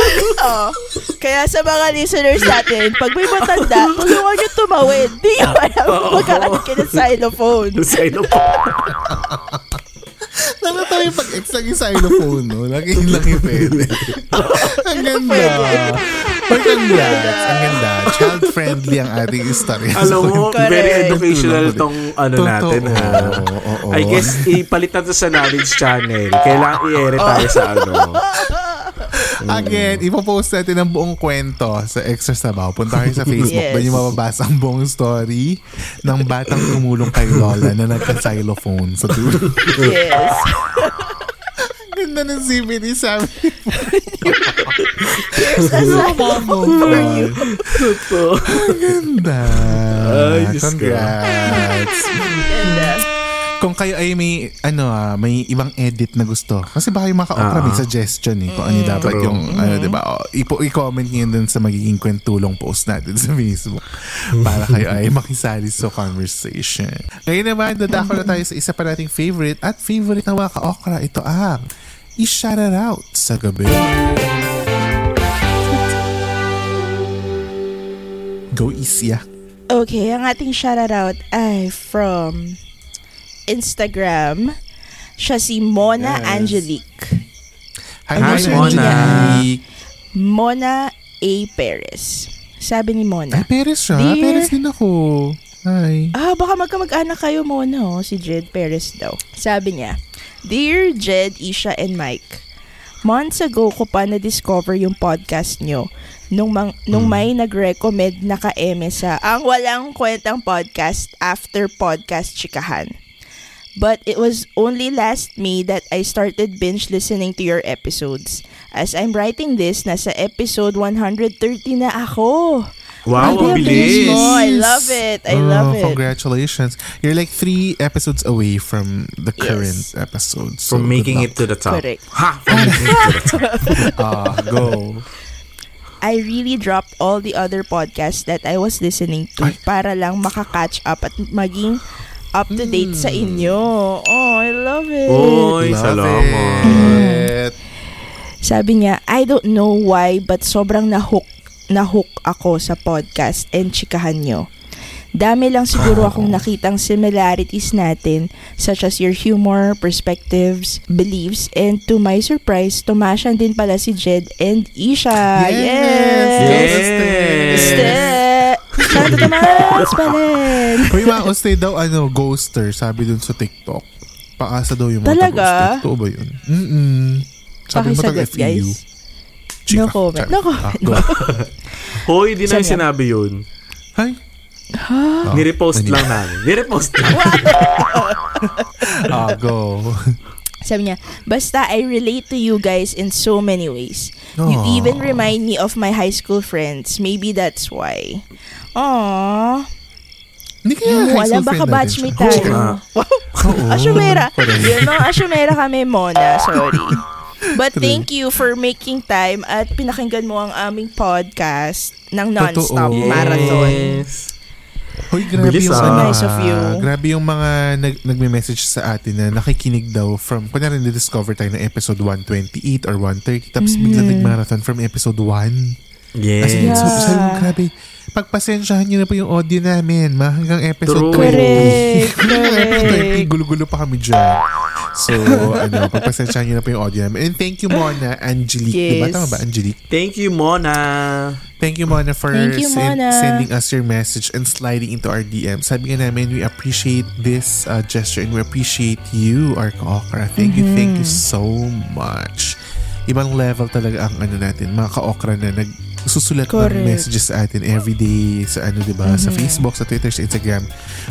[SPEAKER 3] Kaya sa mga listeners natin, pag may matanda, tulungan nyo tumawid. Di nyo alam
[SPEAKER 1] Oh.
[SPEAKER 3] kung magkano ka ng xylophone.
[SPEAKER 4] Xylophone.
[SPEAKER 1] Nalatawa yung pag-ex lang yung xylophone, no? Lagi laki pwede. ang ganda. Ang ganda. Ang ganda. Child-friendly ang ating story.
[SPEAKER 4] Alam mo,
[SPEAKER 3] Correct.
[SPEAKER 4] very educational tong ano
[SPEAKER 1] Totoo.
[SPEAKER 4] natin ha.
[SPEAKER 1] Oo, oo.
[SPEAKER 4] I guess ipalitan to sa knowledge channel. Kailangan i-ere tayo sa ano.
[SPEAKER 1] Again, ipopost natin ang buong kwento sa Extra Sabaw. Punta kayo sa Facebook.
[SPEAKER 3] Yes.
[SPEAKER 1] Doon yung mababasa ang buong story ng batang tumulong kay Lola na nagka-xylophone sa dulo.
[SPEAKER 3] Yes.
[SPEAKER 1] ang ganda ng CBD sabi.
[SPEAKER 3] Here's a xylophone for you.
[SPEAKER 1] Ang ganda.
[SPEAKER 4] Ay, Diyos ko.
[SPEAKER 1] Congrats.
[SPEAKER 3] And, uh,
[SPEAKER 1] kung kayo ay may ano ah, may ibang edit na gusto kasi baka yung mga ka-opera may suggestion eh kung ano yung dapat
[SPEAKER 4] True.
[SPEAKER 1] yung ano di ba oh, ipo i-comment niyo dun sa magiging kwentulong post natin sa Facebook para kayo ay makisali sa conversation ngayon naman dadako na tayo sa isa pa nating favorite at favorite na mga ka-opera ito ang i-shout out sa gabi go easy ah
[SPEAKER 3] Okay, ang ating shoutout ay from Instagram. Siya si Mona Angelique.
[SPEAKER 1] Hi,
[SPEAKER 4] Hi,
[SPEAKER 1] Mr.
[SPEAKER 4] Mona.
[SPEAKER 1] Angelique.
[SPEAKER 3] Mona A. Perez. Sabi ni
[SPEAKER 1] Ay,
[SPEAKER 3] Mona.
[SPEAKER 1] Perez siya.
[SPEAKER 3] Dear-
[SPEAKER 1] Perez ah. din ako. Hi.
[SPEAKER 3] Ah, baka magkamag-anak kayo Mona, oh, si Jed Perez daw. Sabi niya, Dear Jed, Isha, and Mike, months ago ko pa na-discover yung podcast nyo nung, mang, nung may nag-recommend na ka-eme sa Ang Walang Kwentang Podcast After Podcast Chikahan. But it was only last May that I started binge listening to your episodes. As I'm writing this, nasa episode 130 na ako.
[SPEAKER 4] Wow, ang
[SPEAKER 3] Grabe,
[SPEAKER 4] bilis.
[SPEAKER 3] mo. Oh, I love it. I
[SPEAKER 1] Oh,
[SPEAKER 3] love it.
[SPEAKER 1] Congratulations. You're like three episodes away from the current
[SPEAKER 3] Yes.
[SPEAKER 1] episode. So
[SPEAKER 4] From making it
[SPEAKER 1] good
[SPEAKER 4] to the top.
[SPEAKER 3] Correct.
[SPEAKER 4] Ha! From making it to the top.
[SPEAKER 1] luck. Ah, go.
[SPEAKER 3] I really dropped all the other podcasts that I was listening to para lang makakatch up at maging up to date sa inyo. Oh, I love it.
[SPEAKER 4] Oy,
[SPEAKER 1] Love
[SPEAKER 4] salamat.
[SPEAKER 1] it.
[SPEAKER 3] Sabi niya, I don't know why but sobrang nahook, nahook ako sa podcast and chikahan nyo. Dami lang siguro akong nakitang similarities natin such as your humor, perspectives, beliefs, and to my surprise, tumasyan din pala si Jed and Isha. Ah, Yes!
[SPEAKER 4] Yes!
[SPEAKER 3] Ste- Shout out to Mars Balen!
[SPEAKER 1] Uy, mga ostay daw, ano, ghoster, sabi dun sa TikTok. Paasa daw yung mga
[SPEAKER 3] Talaga?
[SPEAKER 1] taga-Ostay. Totoo ba yun? Mm-mm. Sabi mo E taga
[SPEAKER 3] Pakisagot,
[SPEAKER 1] FEU.
[SPEAKER 3] guys. No comment. No comment.
[SPEAKER 1] go.
[SPEAKER 4] Hoy, di na
[SPEAKER 3] Sabi-
[SPEAKER 4] sinabi yun.
[SPEAKER 1] Hi. Oh,
[SPEAKER 4] Nirepost
[SPEAKER 1] mani-
[SPEAKER 4] lang namin. Nirepost lang.
[SPEAKER 1] Ah, go.
[SPEAKER 3] Sabi niya, basta I relate to you guys in so many ways. You
[SPEAKER 1] Aw.
[SPEAKER 3] even remind me of my high school friends. Maybe that's why. Aww.
[SPEAKER 1] Hindi kaya
[SPEAKER 3] Mo,
[SPEAKER 1] high
[SPEAKER 3] alam,
[SPEAKER 1] school friend
[SPEAKER 3] baka
[SPEAKER 1] natin siya.
[SPEAKER 3] batchmate tayo.
[SPEAKER 4] nga.
[SPEAKER 3] Wow. Asumera. You know, asumera kami, Mona. Sorry. But thank you for making time at pinakinggan mo ang aming podcast ng non-stop
[SPEAKER 1] Totoo.
[SPEAKER 3] marathon.
[SPEAKER 4] Yes.
[SPEAKER 1] Hoy, grabe
[SPEAKER 4] Bilis,
[SPEAKER 1] yung
[SPEAKER 4] ah.
[SPEAKER 1] ano,
[SPEAKER 3] So nice of you.
[SPEAKER 1] Grabe yung mga nag, nagme-message sa atin na nakikinig daw from, kunyari na-discover tayo ng episode 128 or 130, tapos
[SPEAKER 3] Mm-hmm.
[SPEAKER 1] bigla nag-marathon from episode 1. As in,
[SPEAKER 4] Yes.
[SPEAKER 1] so, so, grabe. Pagpasensyahan nyo na po yung audio namin ma, hanggang episode
[SPEAKER 4] True.
[SPEAKER 1] 20.
[SPEAKER 3] Correct,
[SPEAKER 1] Hanggang episode 20,
[SPEAKER 3] correct.
[SPEAKER 1] gulo-gulo pa kami dyan. So, ano, pagpasensyahan nyo na po yung audio namin. And thank you, Mona, Angelique. Diba?
[SPEAKER 3] Yes.
[SPEAKER 1] Tama ba, Angelique?
[SPEAKER 4] Thank you, Mona.
[SPEAKER 1] Thank you, Mona, for
[SPEAKER 3] Thank you,
[SPEAKER 1] sen-
[SPEAKER 3] Mona.
[SPEAKER 1] sending us your message and sliding into our DM. Sabi nga namin, we appreciate this uh, gesture and we appreciate you, our ka-okra. Thank you, thank you
[SPEAKER 3] Mm-hmm.
[SPEAKER 1] so much. Ibang level talaga ang ano natin, mga ka-okra na nag susulat ng
[SPEAKER 3] Correct. Mm-hmm.
[SPEAKER 1] messages sa atin every day sa ano 'di ba sa Facebook sa Twitter sa Instagram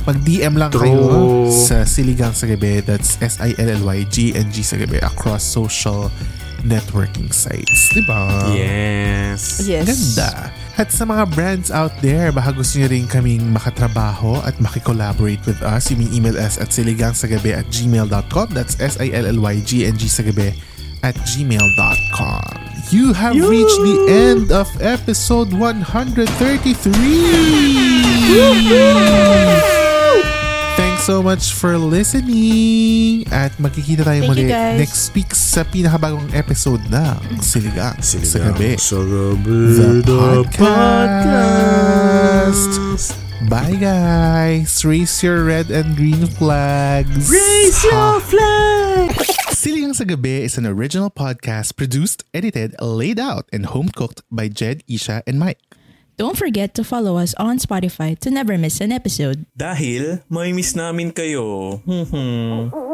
[SPEAKER 1] mag DM lang kayo
[SPEAKER 4] True.
[SPEAKER 1] sa Siligang sa Gabi that's S I L L Y G N G sa Gabi across social networking sites diba? 'di ba
[SPEAKER 4] Yes.
[SPEAKER 3] Yes.
[SPEAKER 1] Ganda. At sa mga brands out there, baka gusto nyo rin kaming makatrabaho at makikollaborate with us, you may email us at siligangsagabi at gmail.com. That's S-I-L-L-Y-G-N-G sagabi at gmail.com. You have reached the end of episode 133! Thanks so much for listening! At magkikita tayo
[SPEAKER 3] Thank
[SPEAKER 1] muli
[SPEAKER 3] you, guys.
[SPEAKER 1] next week sa pinakabagong episode ng Siligang, sa Gabi.
[SPEAKER 4] Sagabi.
[SPEAKER 1] the podcast. Bye guys. Raise your red and green flags. Raise your flag. Siligang sa Gabi is an original podcast produced, edited, laid out, and home cooked by Jed, Isha, and Mike.
[SPEAKER 3] Don't forget to follow us on Spotify to never miss an episode.
[SPEAKER 5] Dahil may miss namin kayo. Hmm-hmm.